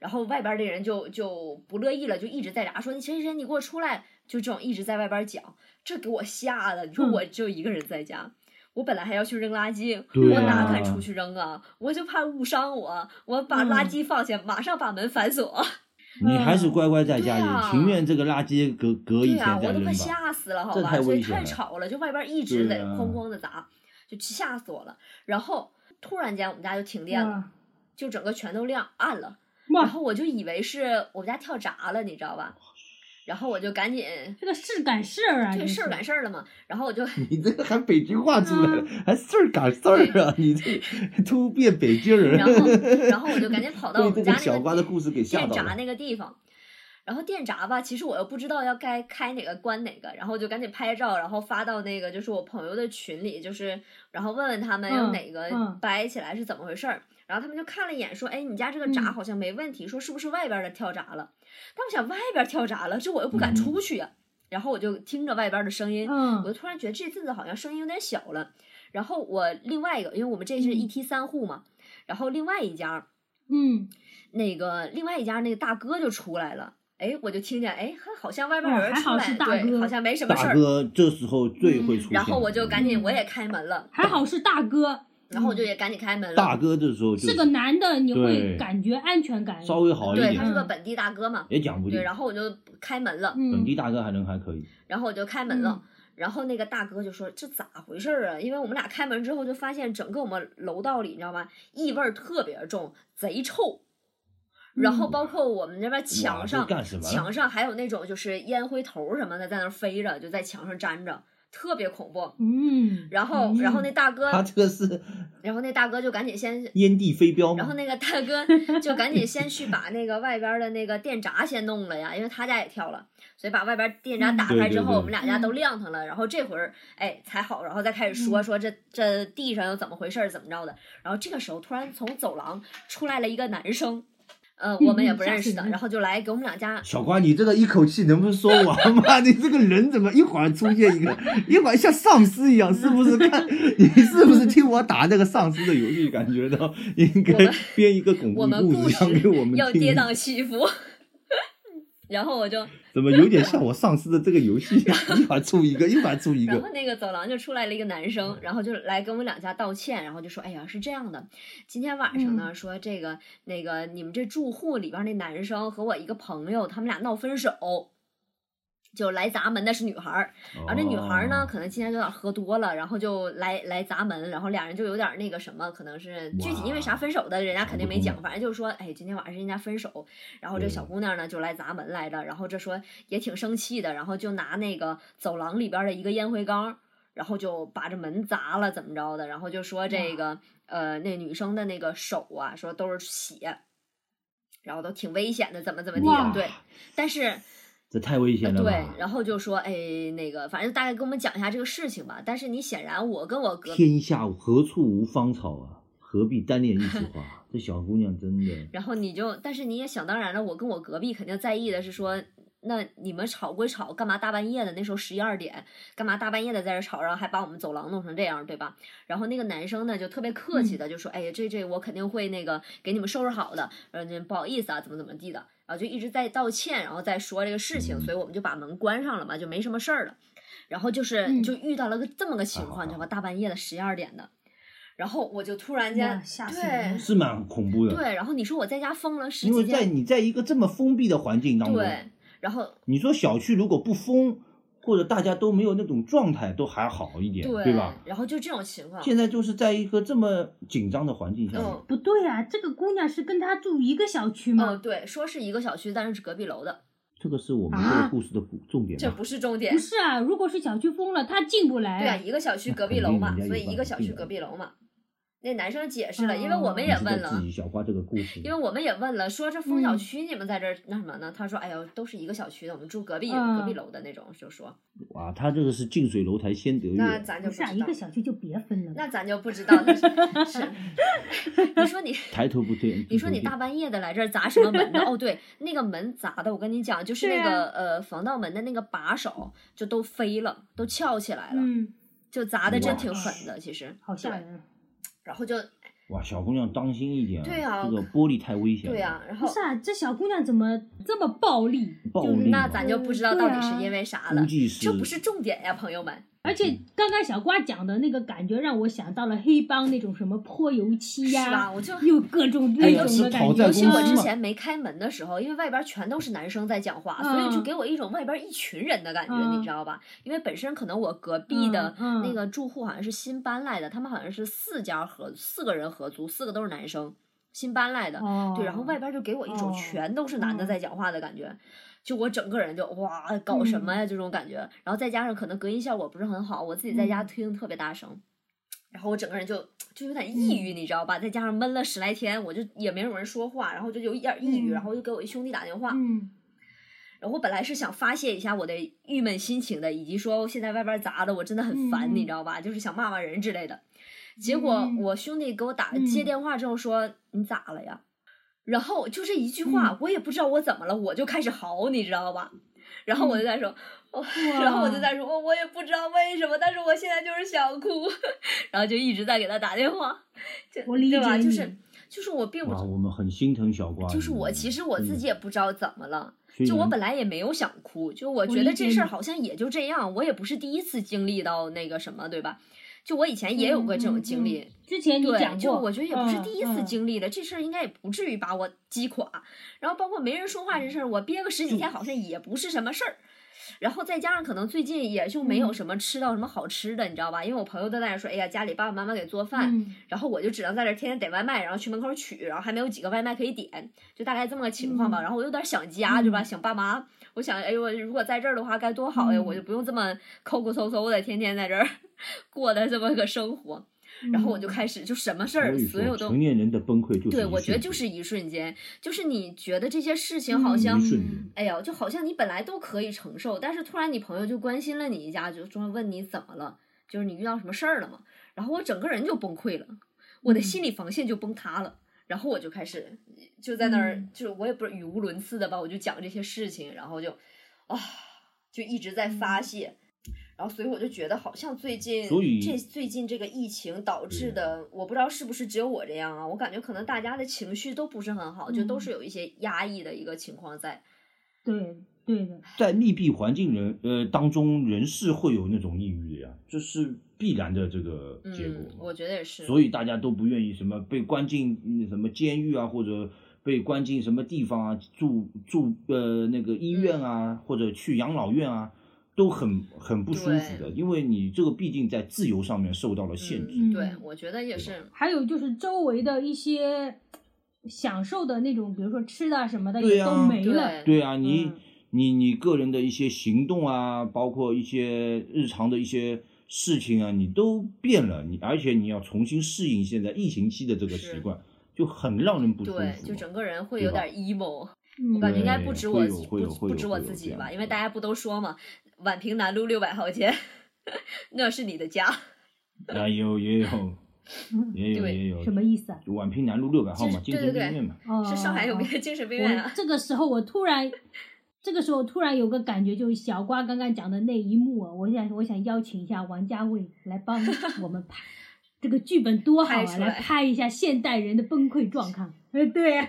Speaker 1: 然后外边儿的人就就不乐意了，就一直在啥说你谁谁谁你给我出来，就这种一直在外边儿讲，这给我吓的。你说
Speaker 3: 嗯
Speaker 1: 我只有一个人在家，我本来还要去扔垃圾，
Speaker 2: 对
Speaker 1: 我哪敢
Speaker 2: 啊
Speaker 1: 出去扔啊？我就怕误伤我，我把垃
Speaker 3: 嗯
Speaker 1: 圾放下，马上把门反锁。
Speaker 2: 你还是乖乖在家里，
Speaker 1: 对啊
Speaker 2: 情愿这个垃圾隔隔 一
Speaker 1: 对
Speaker 2: 天
Speaker 1: 呀、
Speaker 2: 再
Speaker 1: 我都
Speaker 2: 扔
Speaker 1: 快
Speaker 2: 吧。
Speaker 1: 吓死了，好
Speaker 2: 这
Speaker 1: 吧，
Speaker 2: 太
Speaker 1: 所以
Speaker 2: 危险
Speaker 1: 太
Speaker 2: 了
Speaker 1: 吵了，就外边一直
Speaker 2: 对
Speaker 1: 得
Speaker 2: 啊
Speaker 1: 哐哐的砸，就吓死我了。然后突然间我们家就停电了，
Speaker 3: 哇
Speaker 1: 就整个全都亮暗了。然
Speaker 3: 哇，
Speaker 1: 后我就以为是我们家跳闸了，你知道吧？然后我就赶紧
Speaker 3: 这个事赶事儿啊，
Speaker 1: 对
Speaker 3: 真
Speaker 1: 事儿
Speaker 3: 是
Speaker 1: 赶事儿了嘛，然后 我就
Speaker 2: 你这个还北京话出来了，
Speaker 1: 嗯
Speaker 2: 还事儿赶事儿啊！你这 突变北京人
Speaker 1: 然，后然后我就赶紧跑到我
Speaker 2: 被
Speaker 1: 们
Speaker 2: 这
Speaker 1: 家
Speaker 2: 个
Speaker 1: 那
Speaker 2: 小瓜的
Speaker 1: 个
Speaker 2: 故事给吓
Speaker 1: 电
Speaker 2: 到
Speaker 1: 闸
Speaker 2: 了。
Speaker 1: 那个地方。然后电闸吧，其实我又不知道要该开哪个关哪个，然后我就赶紧拍照，然后发到那个就是我朋友的群里，就是然后问问他们有
Speaker 3: 嗯
Speaker 1: 哪个
Speaker 3: 嗯
Speaker 1: 掰起来是怎么回事儿。然后他们就看了一眼，说：“哎，你家这个闸
Speaker 3: 嗯
Speaker 1: 好像没问题，说是不是外边儿的跳闸了？”但我想外边儿跳闸了，这我又不敢出去呀、然后我就听着外边儿的声音，
Speaker 3: 嗯
Speaker 1: 我就突然觉得这阵子好像声音有点小了。然后我另外一个，因为我们这是一
Speaker 3: 嗯
Speaker 1: 梯三户嘛，然后另外一家
Speaker 3: 嗯，
Speaker 1: 那个另外一家那个大哥就出来了，哎，我就听见哎，还好像外边
Speaker 3: 哦
Speaker 1: 有人
Speaker 3: 还
Speaker 1: 出
Speaker 3: 好
Speaker 1: 来，
Speaker 3: 是大
Speaker 1: 对，
Speaker 3: 哥
Speaker 1: 好像没什么事
Speaker 2: 大
Speaker 1: 儿。
Speaker 2: 哥这时候最会出现，
Speaker 1: 然后我就赶紧
Speaker 3: 嗯
Speaker 1: 我也开门了，
Speaker 3: 还好是大哥，
Speaker 1: 然后我就
Speaker 3: 嗯
Speaker 1: 也赶紧开门了。
Speaker 2: 大哥这时候就是
Speaker 3: 个男的，你会
Speaker 2: 对
Speaker 3: 感觉安全感
Speaker 2: 稍微好一
Speaker 1: 对，他
Speaker 2: 点，
Speaker 1: 是个
Speaker 3: 嗯
Speaker 1: 本地大哥嘛，
Speaker 2: 也讲不定
Speaker 1: 对，。然后我就开门了，
Speaker 3: 嗯
Speaker 2: 本地大哥还能还可以，
Speaker 1: 然后我就开门了。然后那个大哥就说：“这咋回事儿啊？”因为我们俩开门之后就发现整个我们楼道里，你知道吗？异味儿特别重，贼臭。然后
Speaker 3: 嗯
Speaker 1: 包括我们那边
Speaker 2: 哇
Speaker 1: 墙
Speaker 2: 这
Speaker 1: 上，
Speaker 2: 干什么
Speaker 1: 墙
Speaker 2: 了？
Speaker 1: 上还有那种就是烟灰头儿什么的在那儿飞着，就在墙上粘着，特别恐怖。
Speaker 3: 嗯，
Speaker 1: 然后，然后那大哥，
Speaker 2: 他这嗯个是
Speaker 1: 然后那大哥就赶紧先
Speaker 2: 烟蒂飞镖
Speaker 1: 然后
Speaker 2: 吗？
Speaker 1: 那个大 哥就赶紧先去把那个外边儿的那个电闸先弄了呀，因为他家也跳了，所以把外边儿电闸
Speaker 3: 嗯
Speaker 1: 打
Speaker 2: 对
Speaker 1: 开
Speaker 2: 对
Speaker 1: 之后，
Speaker 2: 对
Speaker 1: 我们俩家都亮堂了。然后这会儿哎才好，然后再开始说
Speaker 3: 嗯
Speaker 1: 说这这地上又怎么回事儿，怎么着的。然后这个时候突然从走廊出来了一个男生，呃，我们也
Speaker 3: 嗯
Speaker 1: 不
Speaker 3: 吓
Speaker 1: 认识
Speaker 3: 死
Speaker 1: 的，
Speaker 3: 人
Speaker 1: 然后就来给我们俩家
Speaker 2: 小瓜，你这个一口气能不能说完吗？ 你这个人怎么一会儿出现一个，一会儿像丧尸一样？是不是看你是不是听我打这个丧尸的游戏，感觉到应
Speaker 1: 我
Speaker 2: 该
Speaker 1: 们
Speaker 2: 编一个恐
Speaker 1: 我
Speaker 2: 怖
Speaker 1: 们
Speaker 2: 故
Speaker 1: 故
Speaker 2: 事讲给
Speaker 1: 事
Speaker 2: 我们
Speaker 1: 要
Speaker 2: 听
Speaker 1: 跌？宕起伏。然后我就，
Speaker 2: 怎么有点像我丧尸的这个游戏？一会儿出一个，一会儿出一
Speaker 1: 然
Speaker 2: 个嗯
Speaker 1: 后。那个走廊就出来了一个男生，然后就来跟我们两家道歉，然后就说：“哎呀，是这样的，今天晚上
Speaker 2: 嗯
Speaker 1: 呢，说这个那个你们这住户里边那男生和我一个朋友，他们俩闹分手，就来砸门的是女孩儿，然后这女孩儿呢，
Speaker 2: 哦
Speaker 1: 可能今天有点喝多了，然后就来来砸门，然后俩人就有点那个什么，可能是具体因为啥
Speaker 2: 哇
Speaker 1: 分手的，人家肯定没
Speaker 2: 不
Speaker 1: 讲，
Speaker 2: 懂
Speaker 1: 反正就是说，哎，今天晚上人家分手，然后这小
Speaker 2: 对
Speaker 1: 姑娘呢就来砸门来了，然后这说也挺生气的，然后就拿那个走廊里边的一个烟灰缸，然后就把这门砸了，怎么着的，然后就说这
Speaker 3: 哇
Speaker 1: 个呃那女生的那个手啊，说都是血，然后都挺危险的，怎么怎么地
Speaker 3: 哇
Speaker 1: 的，对，但是。
Speaker 2: 这太危
Speaker 1: 呃
Speaker 2: 险了吧。
Speaker 1: 对，然后就说，哎，那个，反正大概跟我们讲一下这个事情吧。但是你显然，我跟我哥，
Speaker 2: 天下何处无芳草啊，何必单恋一枝花？ 这小姑娘真的，
Speaker 1: 然后你就，但是你也想当然了，我跟我隔壁肯定在意的是说，那你们吵归吵，干嘛大半夜的？那时候十一二点，干嘛大半夜的在这吵，然后还把我们走廊弄成这样，对吧？然后那个男生呢，就特别客
Speaker 2: 嗯
Speaker 1: 气的就说，哎呀，这这我肯定会那个给你们收拾好的，呃，那不好意思啊，怎么怎么地的，然后就一直在道歉，然后再说这个事情，
Speaker 2: 嗯
Speaker 1: 所以我们就把门关上了嘛，就没什么事儿了。然后就是
Speaker 3: 嗯
Speaker 1: 就遇到了个这么个情
Speaker 2: 好
Speaker 1: 况，你知道
Speaker 2: 好
Speaker 1: 吧？大半夜的十一二点的，然后我就突然
Speaker 3: 哇
Speaker 1: 间
Speaker 3: 吓死人
Speaker 1: 对
Speaker 3: 了
Speaker 2: 是蛮恐怖的。，
Speaker 1: 对，然后你说我在家疯了十
Speaker 2: 因
Speaker 1: 几
Speaker 2: 为在
Speaker 1: 天，
Speaker 2: 你在一个这么封闭的环境当中，
Speaker 1: 对，然后
Speaker 2: 你说小区如果不封，或者大家都没有那种状态，都还好一点，
Speaker 1: 对
Speaker 2: 吧？
Speaker 1: 然后就这种情况，
Speaker 2: 现在就是在一个这么紧张的环境下面，
Speaker 1: 嗯
Speaker 3: 不对啊，这个姑娘是跟他住一个小区
Speaker 1: 嗯，
Speaker 3: 吗？
Speaker 1: 对，说是一个小区，但是是隔壁楼的，
Speaker 2: 这个是我们这
Speaker 3: 啊
Speaker 2: 个故事的故重点
Speaker 1: 这
Speaker 2: 吧。
Speaker 1: 不是重点
Speaker 3: 不，是哎啊，如果是小区封了，他进不来。
Speaker 1: 对啊，一个小区
Speaker 2: 那
Speaker 1: 隔壁
Speaker 2: 肯
Speaker 1: 楼
Speaker 2: 定
Speaker 1: 嘛，
Speaker 2: 人家
Speaker 1: 所
Speaker 2: 一
Speaker 1: 以
Speaker 2: 般
Speaker 1: 一个
Speaker 2: 是
Speaker 1: 小
Speaker 2: 进
Speaker 1: 区
Speaker 2: 来
Speaker 1: 隔
Speaker 2: 的
Speaker 1: 壁楼嘛。那男生解释了，因为
Speaker 3: 哦
Speaker 1: 我们
Speaker 2: 你
Speaker 1: 也
Speaker 2: 是
Speaker 1: 问
Speaker 2: 在
Speaker 1: 了
Speaker 2: 自己，小花这个故事，
Speaker 1: 因为我们也问了，说这封小
Speaker 3: 嗯
Speaker 1: 区你们在这儿那什么呢？他说，哎呦，都是一个小区的，我们住隔壁
Speaker 3: 嗯
Speaker 1: 隔壁楼的那种，就说
Speaker 2: 哇，啊他这个是近水楼台先得月，
Speaker 1: 那咱就
Speaker 3: 不
Speaker 1: 不
Speaker 3: 是啊，
Speaker 1: 知
Speaker 3: 一
Speaker 1: 道
Speaker 3: 个，小区就别分了。
Speaker 1: 那咱就不知道他是 是，你说你。
Speaker 2: 抬头不见低
Speaker 1: 你说
Speaker 2: 头
Speaker 1: 你
Speaker 2: 见
Speaker 1: 大半夜的来这儿砸什么 门呢？哦，对，那个门砸的，我跟你讲，就是那
Speaker 3: 对啊
Speaker 1: 个、呃防盗门的那个把手就都飞了，都翘起来了，
Speaker 3: 嗯，
Speaker 1: 就砸的真
Speaker 2: 哇
Speaker 1: 挺狠的，其实。
Speaker 3: 好吓
Speaker 1: 对
Speaker 3: 人啊。
Speaker 1: 然后就
Speaker 2: 哇，小姑娘当心一点
Speaker 1: 对啊
Speaker 2: 这个玻璃太危险了。
Speaker 1: 对呀、然
Speaker 3: 不
Speaker 1: 后
Speaker 3: 是啊，这小姑娘怎么这么暴力？
Speaker 2: 暴
Speaker 3: 就是
Speaker 2: 力
Speaker 1: 那
Speaker 2: 嘛
Speaker 1: 咱就不知道
Speaker 3: 嗯
Speaker 1: 到
Speaker 3: 对
Speaker 1: 底是
Speaker 3: 啊
Speaker 1: 因为啥了
Speaker 2: 估，计是
Speaker 1: 这不是重点呀，朋友们。
Speaker 3: 而且刚刚小瓜讲的那个感觉，让我想到了黑帮那种什么泼油漆
Speaker 1: 是
Speaker 3: 呀、
Speaker 1: 吧？我就
Speaker 3: 又各种
Speaker 2: 哎
Speaker 3: 那
Speaker 2: 呀
Speaker 3: 种
Speaker 2: 是
Speaker 3: 的感
Speaker 2: 讨
Speaker 3: 觉。
Speaker 2: 债
Speaker 1: 尤
Speaker 2: 在
Speaker 1: 其
Speaker 2: 公
Speaker 1: 我
Speaker 2: 司
Speaker 1: 之
Speaker 2: 嘛
Speaker 1: 前没开门的时候，因为外边全都是男生在讲话，所以就
Speaker 3: 嗯
Speaker 1: 给我一种外边一群人的感觉，你知道吧？因为本身可能我隔壁的
Speaker 3: 嗯嗯
Speaker 1: 那个住户好像是新搬来的，他们好像是四家合四个人合租，四个都是男生，新搬来的。
Speaker 3: 哦，
Speaker 1: 对，然后外边就给我一种
Speaker 3: 哦
Speaker 1: 全都是男的
Speaker 3: 嗯
Speaker 1: 在讲话的感觉，就我整个人就哇搞什么
Speaker 3: 嗯
Speaker 1: 呀这种感觉，然后再加上可能隔音效果不是很好，我自己在家
Speaker 3: 嗯
Speaker 1: 听特别大声。然后我整个人就就有点抑
Speaker 3: 嗯
Speaker 1: 郁，你知道吧？再加上闷了十来天，我就也没有人说话，然后就有一点抑郁，
Speaker 3: 嗯
Speaker 1: 然后就给我一兄弟打电话，
Speaker 3: 嗯，
Speaker 1: 然后我本来是想发泄一下我的郁闷心情的，以及说现在外边砸的我真的很烦，
Speaker 3: 嗯
Speaker 1: 你知道吧？就是想骂骂人之类的。结果
Speaker 3: 嗯
Speaker 1: 我兄弟给我打、
Speaker 3: 嗯
Speaker 1: 接电话之后说：“你咋了呀？”然后就这一句话，
Speaker 3: 嗯
Speaker 1: 我也不知道我怎么了，我就开始嚎，你知道吧？然
Speaker 3: 嗯
Speaker 1: 后我就在说，我然后我就在说，哦我我也不知道为什么，但是我现在就是想哭，然后就一直在给他打电话，就
Speaker 3: 我理
Speaker 1: 对
Speaker 3: 解
Speaker 1: 吧？
Speaker 3: 你。
Speaker 1: 就是就是我并不
Speaker 2: 哇，啊我们很心疼小瓜。嗯
Speaker 1: 就是我其实我自己也不知道怎么了，
Speaker 2: 己
Speaker 1: 就我本来也没有想哭，就我觉
Speaker 3: 我
Speaker 1: 得
Speaker 3: 理
Speaker 1: 这
Speaker 3: 解
Speaker 1: 事儿
Speaker 3: 你
Speaker 1: 好像也就这样，我也不是第一次经历到那个什么，对吧？就我以前也有过这种经历，
Speaker 3: 之前你讲
Speaker 1: 对，
Speaker 3: 过，
Speaker 1: 就我觉得也不是
Speaker 3: 嗯
Speaker 1: 第一次
Speaker 3: 嗯
Speaker 1: 经历了，这事儿应该也不至于把我击垮。然后包括没人说话这事儿，我憋个十几天好像也不是什么事儿。然后再加上可能最近也就没有
Speaker 3: 嗯
Speaker 1: 什么吃到什么好吃的，你知道吧？因为我朋友都在那说，哎呀，家里爸爸妈妈给做饭，
Speaker 3: 嗯
Speaker 1: 然后我就只能在这儿天天点外卖，然后去门口取，然后还没有几个外卖可以点，就大概这么个情况吧。
Speaker 3: 嗯
Speaker 1: 然后我有点想家，对吧？想爸妈，我想，哎呦，我如果在这儿的话该多好呀！
Speaker 3: 嗯
Speaker 1: 我就不用这么抠抠搜搜的，天天在这儿 过的这么个生活。 然后我
Speaker 3: 嗯
Speaker 1: 就开始就什么事儿，所
Speaker 2: 所以
Speaker 1: 有
Speaker 2: 说
Speaker 1: 都
Speaker 2: 成年人的崩溃就是
Speaker 1: 对，
Speaker 2: 一
Speaker 1: 我觉得
Speaker 2: 瞬
Speaker 1: 就
Speaker 2: 间
Speaker 1: 是一瞬间，就是你觉得这些事情好
Speaker 3: 嗯
Speaker 1: 像
Speaker 2: 一瞬间。
Speaker 1: 哎呀，就好像你本来都可以承受，但是突然你朋友就关心了你一下，就说问你怎么了，就是你遇到什么事儿了吗？然后我整个人就崩溃了，我的心理防线就崩塌了，然后我就开始就在那儿，
Speaker 3: 嗯
Speaker 1: 就是我也不是语无伦次的吧，我就讲这些事情，然后就啊，就一直在发泄。然后，所以我就觉得好像最近
Speaker 2: 所以
Speaker 1: 这最近这个疫情导致
Speaker 2: 对
Speaker 1: 的，我不知道是不是只有我这样啊？我感觉可能大家的情绪都不是很好，就都
Speaker 3: 嗯
Speaker 1: 是有一些压抑的一个情况在。
Speaker 3: 对对的，
Speaker 2: 在密闭环境人呃当中，人是会有那种抑郁的呀，这是必然的这个结果。
Speaker 1: 嗯嗯、我觉得也是。
Speaker 2: 所以大家都不愿意什么被关进嗯什么监狱啊，或者被关进什么地方啊，住住呃那个医
Speaker 1: 嗯
Speaker 2: 院啊，或者去养老院啊，都很很不舒服的，因为你这个毕竟在自由上面受到了限制。
Speaker 1: 嗯，对，我觉得也是，
Speaker 3: 还有就是周围的一些享受的那种，比如说吃的啊什么的
Speaker 2: 对
Speaker 3: 也
Speaker 2: 呀
Speaker 3: 都没了。
Speaker 1: 对，
Speaker 2: 对啊，你、
Speaker 3: 嗯
Speaker 2: 你你个人的一些行动啊，包括一些日常的一些事情啊，你都变了，你而且你要重新适应现在疫情期的这个
Speaker 1: 是
Speaker 2: 习惯，就很让人不舒服。
Speaker 1: 对，就整个人会有
Speaker 2: 对吧
Speaker 1: 点 emo。
Speaker 3: 嗯
Speaker 1: 我感觉应该
Speaker 2: 对
Speaker 1: 不止
Speaker 2: 会
Speaker 1: 我
Speaker 2: 有会有
Speaker 1: 不
Speaker 2: 会
Speaker 1: 不
Speaker 2: 有
Speaker 1: 止
Speaker 2: 会
Speaker 1: 我
Speaker 2: 有
Speaker 1: 自己
Speaker 2: 这样
Speaker 1: 吧，因
Speaker 2: 的
Speaker 1: 为大家不都说嘛，宛平南路六百号街， 那是你的家。
Speaker 2: 啊，有也有
Speaker 3: 嗯
Speaker 2: 也有
Speaker 1: 对
Speaker 2: 也有
Speaker 3: 什，么意思啊？
Speaker 2: 就宛平南路六百号嘛，
Speaker 1: 其
Speaker 2: 精
Speaker 1: 实
Speaker 2: 神病
Speaker 1: 对对对
Speaker 2: 院嘛。
Speaker 3: 哦
Speaker 1: 是上海有名的精神病院
Speaker 3: 我
Speaker 1: 啊。
Speaker 3: 这个时候我突然，这个时候突然有个感觉，就是小瓜刚刚讲的那一幕啊，我想我想邀请一下王家卫来帮我们拍这个剧本多好
Speaker 1: 拍
Speaker 3: 啊，
Speaker 1: 出
Speaker 3: 来
Speaker 1: 来
Speaker 3: 拍一下现代人的崩溃状况。哎，对啊，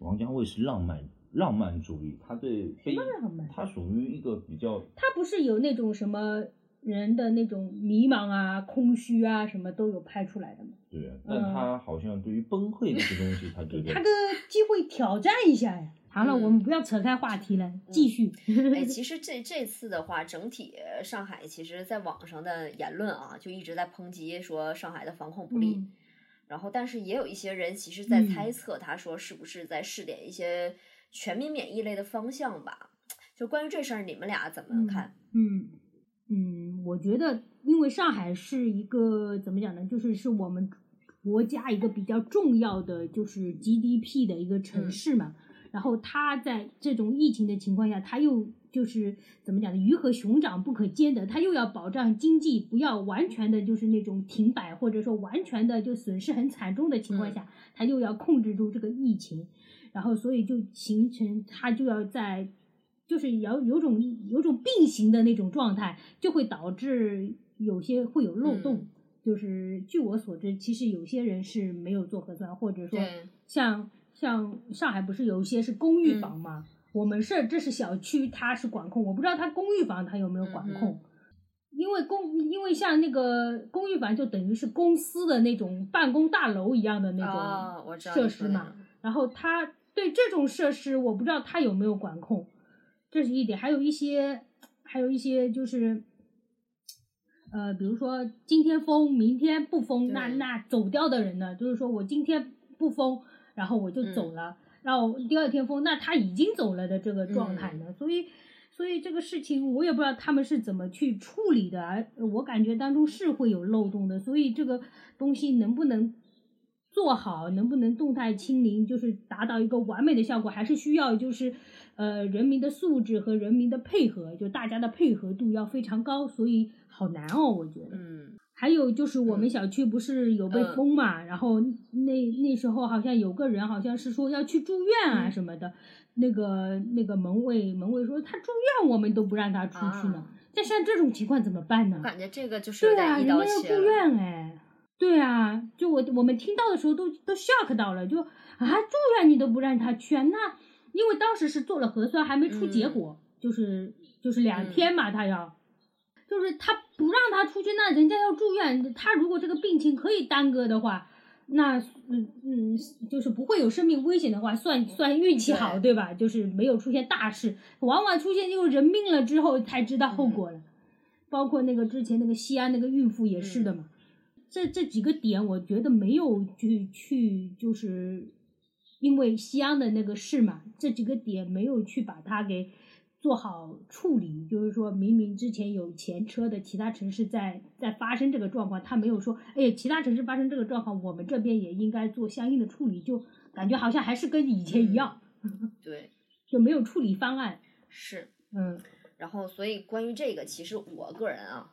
Speaker 2: 王家卫是浪漫浪漫主义，他对悲
Speaker 3: 浪漫，
Speaker 2: 他属于一个比较
Speaker 3: 他不是有那种什么人的那种迷茫啊、空虚啊什么都有拍出来的吗？
Speaker 2: 对啊，但
Speaker 3: 嗯
Speaker 2: 他好像对于崩溃这个东西，他觉得
Speaker 3: 他个机会挑战一下呀。嗯好了，
Speaker 1: 嗯
Speaker 3: 我们不要扯开话题了，继续。
Speaker 1: 哎，其实这这次的话，整体呃上海其实在网上的言论啊，就一直在抨击说上海的防控不力。
Speaker 3: 嗯
Speaker 1: 然后，但是也有一些人其实在
Speaker 3: 嗯
Speaker 1: 猜测，他说是不是在试点一些全民免疫类的方向吧？就关于这事儿，你们俩怎么看？
Speaker 3: 嗯嗯，我觉得，因为上海是一个怎么讲呢，就是是我们国家一个比较重要的就是 GDP 的一个城
Speaker 1: 嗯
Speaker 3: 市嘛。然后它在这种疫情的情况下，它又就是怎么讲呢？鱼和熊掌不可兼得，它又要保障经济不要完全的就是那种停摆，或者说完全的就损失很惨重的情况
Speaker 1: 嗯
Speaker 3: 下，它又要控制住这个疫情，然后所以就形成它就要在就是有有种有种并行的那种状态，就会导致有些会有漏洞。
Speaker 1: 嗯
Speaker 3: 就是据我所知，其实有些人是没有做核酸，或者说
Speaker 1: 对
Speaker 3: 像像上海不是有一些是公寓
Speaker 1: 嗯
Speaker 3: 房吗？我们是这是小区，它是管控，我不知道它公寓房它有没有
Speaker 1: 嗯
Speaker 3: 管控。因为公，因为像那个公寓房就等于是公司的那种办公大楼一样的那
Speaker 1: 哦，我
Speaker 3: 种
Speaker 1: 知道你说
Speaker 3: 设施
Speaker 1: 的
Speaker 3: 嘛，然后他对这种设施，我不知道他有没有管控，这是一点。还有一些，还有一些就是，呃，比如说今天封，明天不封，那
Speaker 1: 对
Speaker 3: 那走掉的人呢，就是说我今天不封，然后我就走
Speaker 1: 嗯
Speaker 3: 了，然后第二天封，那他已经走了的这个状
Speaker 1: 嗯
Speaker 3: 态呢，所以。所以这个事情我也不知道他们是怎么去处理的，而呃我感觉当中是会有漏洞的，所以这个东西能不能做好，能不能动态清零，就是达到一个完美的效果，还是需要就是呃人民的素质和人民的配合，就大家的配合度要非常高，所以好难哦，我觉得。
Speaker 1: 嗯，
Speaker 3: 还有就是我们
Speaker 1: 嗯
Speaker 3: 小区不是有被
Speaker 1: 嗯
Speaker 3: 封嘛，然后那那时候好像有个人好像是说要去住院啊
Speaker 1: 嗯
Speaker 3: 什么的，那个那个门卫门卫说他住院我们都不让他出去呢，
Speaker 1: 啊
Speaker 3: 那像这种情况怎么办呢
Speaker 1: 我？感觉这个就是有
Speaker 3: 对啊，
Speaker 1: 点一
Speaker 3: 人家
Speaker 1: 刀
Speaker 3: 要
Speaker 1: 切
Speaker 3: 住
Speaker 1: 了。
Speaker 3: 院哎，对啊，就我我们听到的时候都都 shock 到了，就啊住院你都不让他去啊？那因为当时是做了核酸还没出结
Speaker 1: 嗯
Speaker 3: 果，就是就是两
Speaker 1: 嗯
Speaker 3: 天嘛，他要，就是他不让他出去，那人家要住院，他如果这个病情可以耽搁的话。那嗯嗯，就是不会有生命危险的话，算算运气好，对吧？就是没有出现大事，往往出现就是人命了之后才知道后
Speaker 1: 嗯
Speaker 3: 果了。包括那个之前那个西安那个孕妇也是的嘛。这这几个点，我觉得没有去去，就是因为西安的那个事嘛，这几个点没有去把它给做好处理。就是说明明之前有前车的其他城市在在发生这个状况，他没有说，哎，其他城市发生这个状况，我们这边也应该做相应的处理，就感觉好像还是跟以前一样，
Speaker 1: 对，
Speaker 3: 就没有处理方案。
Speaker 1: 是。
Speaker 3: 嗯
Speaker 1: 然后，所以关于这个，其实我个人啊，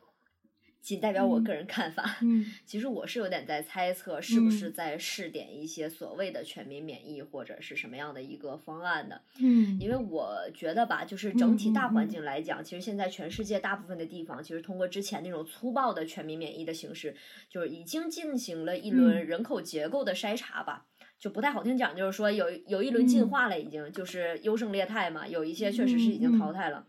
Speaker 1: 仅代表我
Speaker 3: 嗯
Speaker 1: 个人看法，
Speaker 3: 嗯
Speaker 1: 其实我是有点在猜测，是不是
Speaker 3: 嗯
Speaker 1: 在试点一些所谓的全民免疫或者是什么样的一个方案的？
Speaker 3: 嗯
Speaker 1: 因为我觉得吧，就是整体大
Speaker 3: 嗯嗯
Speaker 1: 环
Speaker 3: 嗯
Speaker 1: 境来讲，其实现在全世界大部分的地方，其实通过之前那种粗暴的全民免疫的形式，就是已经进行了一轮
Speaker 3: 嗯
Speaker 1: 人口结构的筛查吧。就不太好听讲，就是说有有一轮进
Speaker 3: 嗯
Speaker 1: 化了，已经、就是优胜劣汰嘛，有一些确实是已经
Speaker 3: 嗯嗯
Speaker 1: 淘汰了。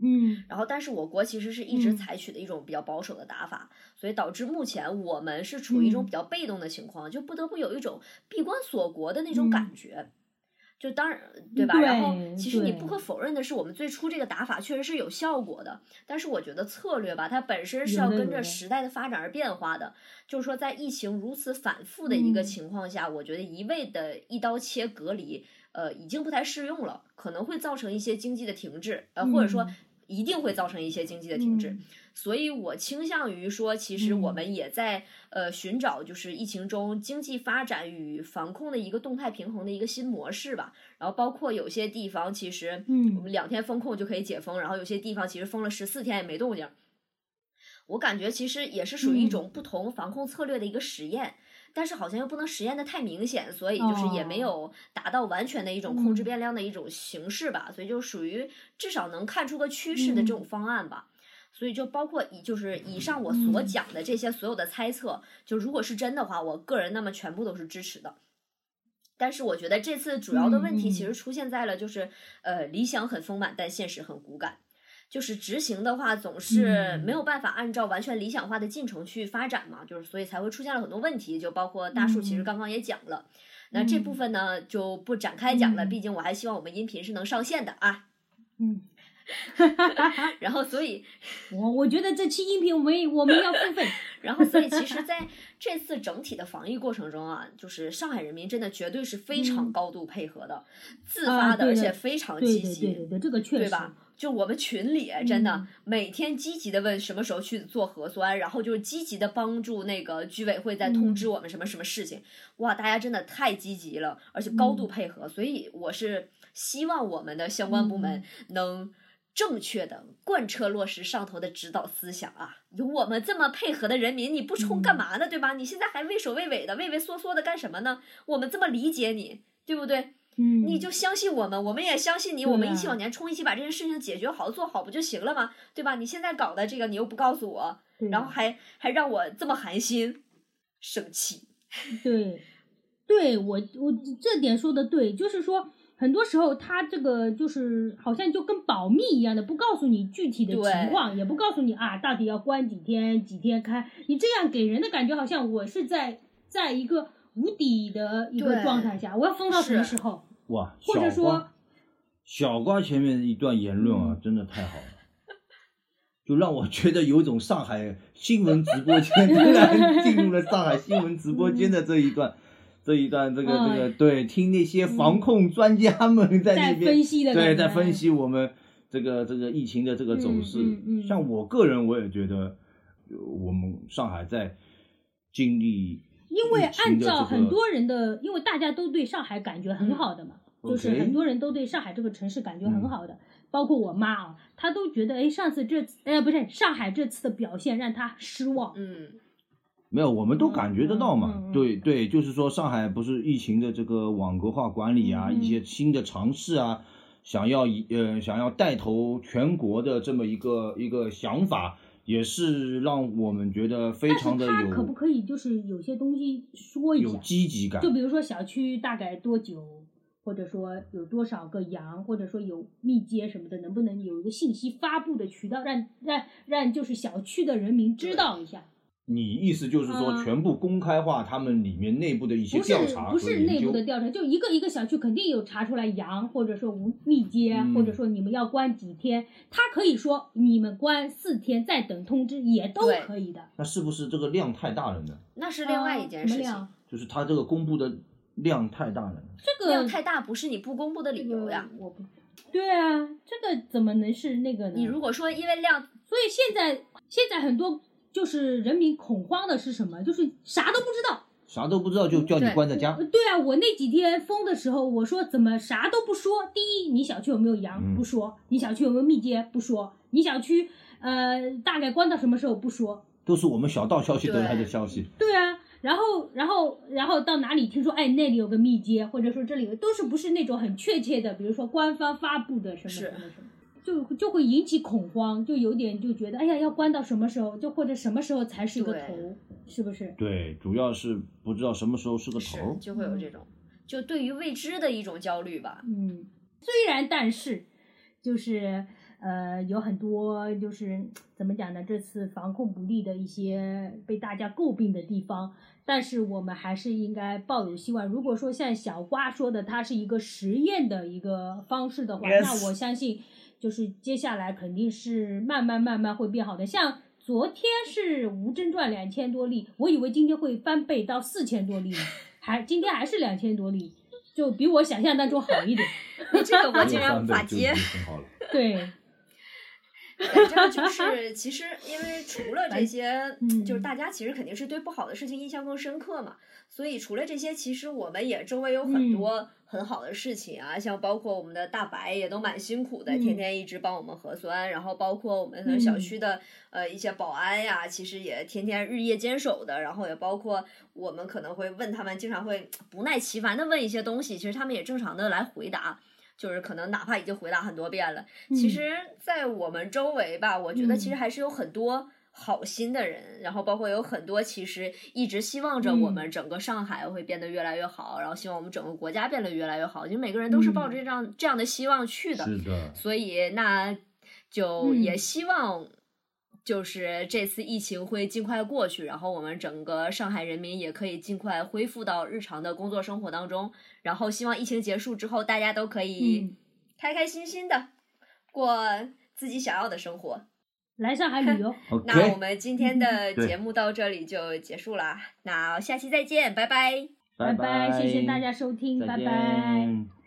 Speaker 3: 嗯
Speaker 1: 然后，但是我国其实是一直
Speaker 3: 嗯
Speaker 1: 采取的一种比较保守的打法，所以导致目前我们是处于一种
Speaker 3: 嗯
Speaker 1: 比较被动的情况，就不得不有一种闭关锁国的那种感觉。就当然对吧？然后
Speaker 3: 嗯对
Speaker 1: 其实你
Speaker 3: 对
Speaker 1: 不可否认的是，我们最初这个打法确实是有效果的，但是我觉得策略吧，它本身是
Speaker 3: 有
Speaker 1: 要
Speaker 3: 的
Speaker 1: 跟
Speaker 3: 有
Speaker 1: 着
Speaker 3: 的
Speaker 1: 时代的发展而变化的。就是说，在疫情如此反复的一个
Speaker 3: 嗯
Speaker 1: 情况下，我觉得一味的一刀切隔离，呃，已经不太适用了，可能会造成一些经济的停滞，呃，或者说
Speaker 3: 嗯
Speaker 1: 一定会造成一些经济的停滞。
Speaker 3: 嗯
Speaker 1: 所以我倾向于说，其实我
Speaker 3: 嗯
Speaker 1: 们也在、呃寻找就是疫情中经济发展与防控的一个动态平衡的一个新模式吧。然后包括有些地方其实，
Speaker 3: 嗯
Speaker 1: 我们两天封控就可以解封，然后有些地方其实封了十四天也没动静儿。我感觉其实也是属于一
Speaker 3: 嗯
Speaker 1: 种不同防控策略的一个实验，但是好像又不能实验的太明显，所以就是也没有达到完全的一种控制
Speaker 3: 哦嗯
Speaker 1: 变量的一种形式吧，所以就属于至少能看出个趋势
Speaker 3: 嗯
Speaker 1: 的这种方案吧。所以就包括以就是以上我所
Speaker 3: 嗯
Speaker 1: 讲的这些所有的猜测，就如果是真的话，我个人那么全部都是支持的。但是我觉得这次主要的问题
Speaker 3: 嗯嗯
Speaker 1: 其实出现在了就是呃理想很丰满，但现实很骨感。就是执行的话，总是
Speaker 3: 嗯
Speaker 1: 没有办法按照完全理想化的进程去发展嘛，就是所以才会出现了很多问题，就包括大树其实
Speaker 3: 嗯
Speaker 1: 刚刚也讲了，那这部
Speaker 3: 嗯
Speaker 1: 分呢就不展开讲了，
Speaker 3: 嗯
Speaker 1: 毕竟我还希望我们音频是能上线的啊。
Speaker 3: 嗯，
Speaker 1: 然后所以
Speaker 3: 我我觉得这期音频我们我们要 付费，
Speaker 1: 然后，所以其实在这次整体的防疫过程中啊，就是上海人民真的绝对是非常
Speaker 3: 嗯
Speaker 1: 高度配合的、自
Speaker 3: 啊
Speaker 1: 发的，
Speaker 3: 对
Speaker 1: 而
Speaker 3: 的
Speaker 1: 且非常
Speaker 3: 对
Speaker 1: 积
Speaker 3: 对
Speaker 1: 极，
Speaker 3: 对对对，这个确实，
Speaker 1: 吧？就我们群里真的、
Speaker 3: 嗯
Speaker 1: 每天积极的问什么时候去做核酸，然后就是积极的帮助那个居委会在通知
Speaker 3: 嗯
Speaker 1: 我们什么什么事情。哇，大家真的太积极了，而且高度
Speaker 3: 嗯
Speaker 1: 配合，所以我是希望我们的相关部门
Speaker 3: 嗯
Speaker 1: 能正确的贯彻落实上头的指导思想啊！有我们这么配合的人民，你不冲
Speaker 3: 嗯
Speaker 1: 干嘛呢？对吧？你现在还畏首畏尾的、畏畏缩缩的干什么呢？我们这么理解你，对不对？
Speaker 3: 嗯，
Speaker 1: 你就相信我们，我们也相信你，
Speaker 3: 对
Speaker 1: 我们一
Speaker 3: 啊
Speaker 1: 起往前冲，一起把这件事情解决好、做好不就行了吗？对吧？你现在搞的这个，你又不告诉我，
Speaker 3: 对
Speaker 1: 然后还还让我这么寒心，生气。
Speaker 3: 对，对我我这点说的对，就是说很多时候他这个就是好像就跟保密一样的，不告诉你具体的
Speaker 1: 对
Speaker 3: 情况，也不告诉你啊到底要关几天几天开，你这样给人的感觉好像我是在在一个无底的一个
Speaker 1: 对
Speaker 3: 状态下，我要封到什么
Speaker 1: 是
Speaker 3: 时候？
Speaker 2: 哇，
Speaker 3: 或者
Speaker 2: 小
Speaker 3: 说嗯
Speaker 2: 瓜，小瓜前面一段言论啊，真的太好了，就让我觉得有种上海新闻直播间 突然进入了上海新闻直播间的这一段，这一段这个这个
Speaker 3: 嗯
Speaker 2: 对，听那些防控专家们在
Speaker 3: 在
Speaker 2: 那
Speaker 3: 分
Speaker 2: 边
Speaker 3: 析的
Speaker 2: 对
Speaker 3: 感
Speaker 2: 在
Speaker 3: 觉
Speaker 2: 分析我们这个这个疫情的这个走势
Speaker 3: 嗯嗯嗯。
Speaker 2: 像我个人，我也觉得呃我们上海在经历。
Speaker 3: 因为
Speaker 2: 疫情
Speaker 3: 按
Speaker 2: 的这
Speaker 3: 照
Speaker 2: 个
Speaker 3: 很多人的，因为大家都对上海感觉很好的嘛，
Speaker 2: 嗯
Speaker 3: 就是
Speaker 2: OK
Speaker 3: 很多人都对上海这个城市感觉很
Speaker 2: 嗯
Speaker 3: 好的，包括我妈啊，她都觉得哎，上次这次呃不是上海这次的表现让她失望。
Speaker 1: 嗯，
Speaker 2: 没有，我们都感觉得到嘛。
Speaker 3: 嗯嗯嗯
Speaker 2: 对对，就是说上海不是疫情的这个网格化管理啊，
Speaker 3: 嗯
Speaker 2: 一些新的尝试啊，想要以呃想要带头全国的这么一个一个想法，也是让我们觉得非
Speaker 3: 但是
Speaker 2: 常的
Speaker 3: 她可不
Speaker 2: 有
Speaker 3: 可以就是有些东西说一
Speaker 2: 有
Speaker 3: 下？
Speaker 2: 积极感
Speaker 3: 就。比如说小区大概多久，或者说有多少个羊，或者说有密接什么的，能不能有一个信息发布的渠道，让让让就是小区的人民知道一下？
Speaker 2: 你意思就是说
Speaker 3: 嗯
Speaker 2: 全部公开化他们里面内部的一些
Speaker 3: 不是
Speaker 2: 调查
Speaker 3: 不
Speaker 2: 和
Speaker 3: 是内
Speaker 2: 研
Speaker 3: 部
Speaker 2: 究
Speaker 3: 的？调查，就一个一个小区肯定有查出来阳，或者说无密接，
Speaker 2: 嗯
Speaker 3: 或者说你们要关几天，他可以说你们关四天再等通知也都
Speaker 1: 对
Speaker 3: 可以的。
Speaker 2: 那是不是这个量太大了呢？
Speaker 1: 那是另外
Speaker 3: 啊
Speaker 1: 一件事
Speaker 3: 什么
Speaker 1: 情。
Speaker 3: 量
Speaker 2: 就是他这个公布的量太大了呢？
Speaker 3: 这个
Speaker 1: 量太大不是你不公布的理由呀。
Speaker 3: 这个我不。对啊，这个怎么能是那个呢？
Speaker 1: 你如果说因为量，
Speaker 3: 所以现在现在很多就是人民恐慌的是什么？就是啥都不知道。
Speaker 2: 啥都不知道就叫你
Speaker 1: 对
Speaker 2: 关在家
Speaker 3: 呃，对啊，我那几天封的时候，我说怎么啥都不说。第一，你小区有没有羊
Speaker 2: 嗯
Speaker 3: 不说，你小区有没有密接不说，你小区呃大概关到什么时候不说。
Speaker 2: 都是我们小道消息得来
Speaker 1: 对
Speaker 2: 的消息。
Speaker 3: 对啊，然后然后然后到哪里听说哎那里有个密接，或者说这里有都是不是那种很确切的，比如说官方发布的什么
Speaker 1: 是
Speaker 3: 什么什么。就就会引起恐慌，就有点就觉得，哎呀，要关到什么时候？就或者什么时候才是个
Speaker 1: 对
Speaker 3: 头，是不是？
Speaker 2: 对，主要是不知道什么时候是个
Speaker 1: 是
Speaker 2: 头。
Speaker 1: 就会有
Speaker 3: 嗯
Speaker 1: 这种，就对于未知的一种焦虑吧。
Speaker 3: 嗯，虽然但是，就是呃，有很多就是怎么讲呢？这次防控不力的一些被大家诟病的地方，但是我们还是应该抱有希望。如果说像小瓜说的，它是一个实验的一个方式的话
Speaker 2: Yes
Speaker 3: 那我相信就是接下来肯定是慢慢慢慢会变好的。像昨天是无症状两千多例，我以为今天会翻倍到四千多例呢，还今天还是两千多例，就比我想象当中好一点。
Speaker 1: 这个我
Speaker 2: 没
Speaker 1: 竟
Speaker 2: 有
Speaker 1: 然
Speaker 2: 翻
Speaker 1: 无
Speaker 2: 倍
Speaker 1: 法
Speaker 2: 就已经
Speaker 1: 接。
Speaker 2: 很好了。
Speaker 3: 对，
Speaker 1: 反正就是，其实因为除了这些，
Speaker 3: 嗯
Speaker 1: 就是大家其实肯定是对不好的事情印象更深刻嘛。所以除了这些，其实我们也周围有
Speaker 3: 嗯
Speaker 1: 很多很好的事情啊，像包括我们的大白也都蛮辛苦的，
Speaker 3: 嗯
Speaker 1: 天天一直帮我们核酸，然后包括我们的小区的、呃一些保安呀，其实也天天日夜坚守的，然后也包括我们可能会问他们，经常会不耐其烦的问一些东西，其实他们也正常的来回答。就是可能哪怕已经回答很多遍了，其
Speaker 3: 嗯
Speaker 1: 实，在我们周围吧，我觉得其实
Speaker 3: 嗯
Speaker 1: 还是有很多好心的人，然后包括有很多其实一直希望着
Speaker 3: 嗯
Speaker 1: 我们整个上海会变得越来越好，然后希望我们整个国家变得越来越好，就每个人都是抱着
Speaker 3: 嗯
Speaker 1: 这样、这样的希望去的。
Speaker 2: 是的，
Speaker 1: 所以，那就也
Speaker 3: 嗯
Speaker 1: 希望。就是这次疫情会尽快过去，然后我们整个上海人民也可以尽快恢复到日常的工作生活当中。然后希望疫情结束之后，大家都可以
Speaker 3: 嗯，
Speaker 1: 开开心心的过自己想要的生活。
Speaker 3: 来上海旅游。
Speaker 2: OK，
Speaker 1: 那我们今天
Speaker 3: 嗯
Speaker 1: 的
Speaker 2: 对
Speaker 1: 节目到这里就结束啦，那下期再见，拜拜。
Speaker 3: 拜
Speaker 2: 拜
Speaker 3: 谢谢大家收听，
Speaker 2: 再
Speaker 3: 拜
Speaker 2: 见
Speaker 3: 拜。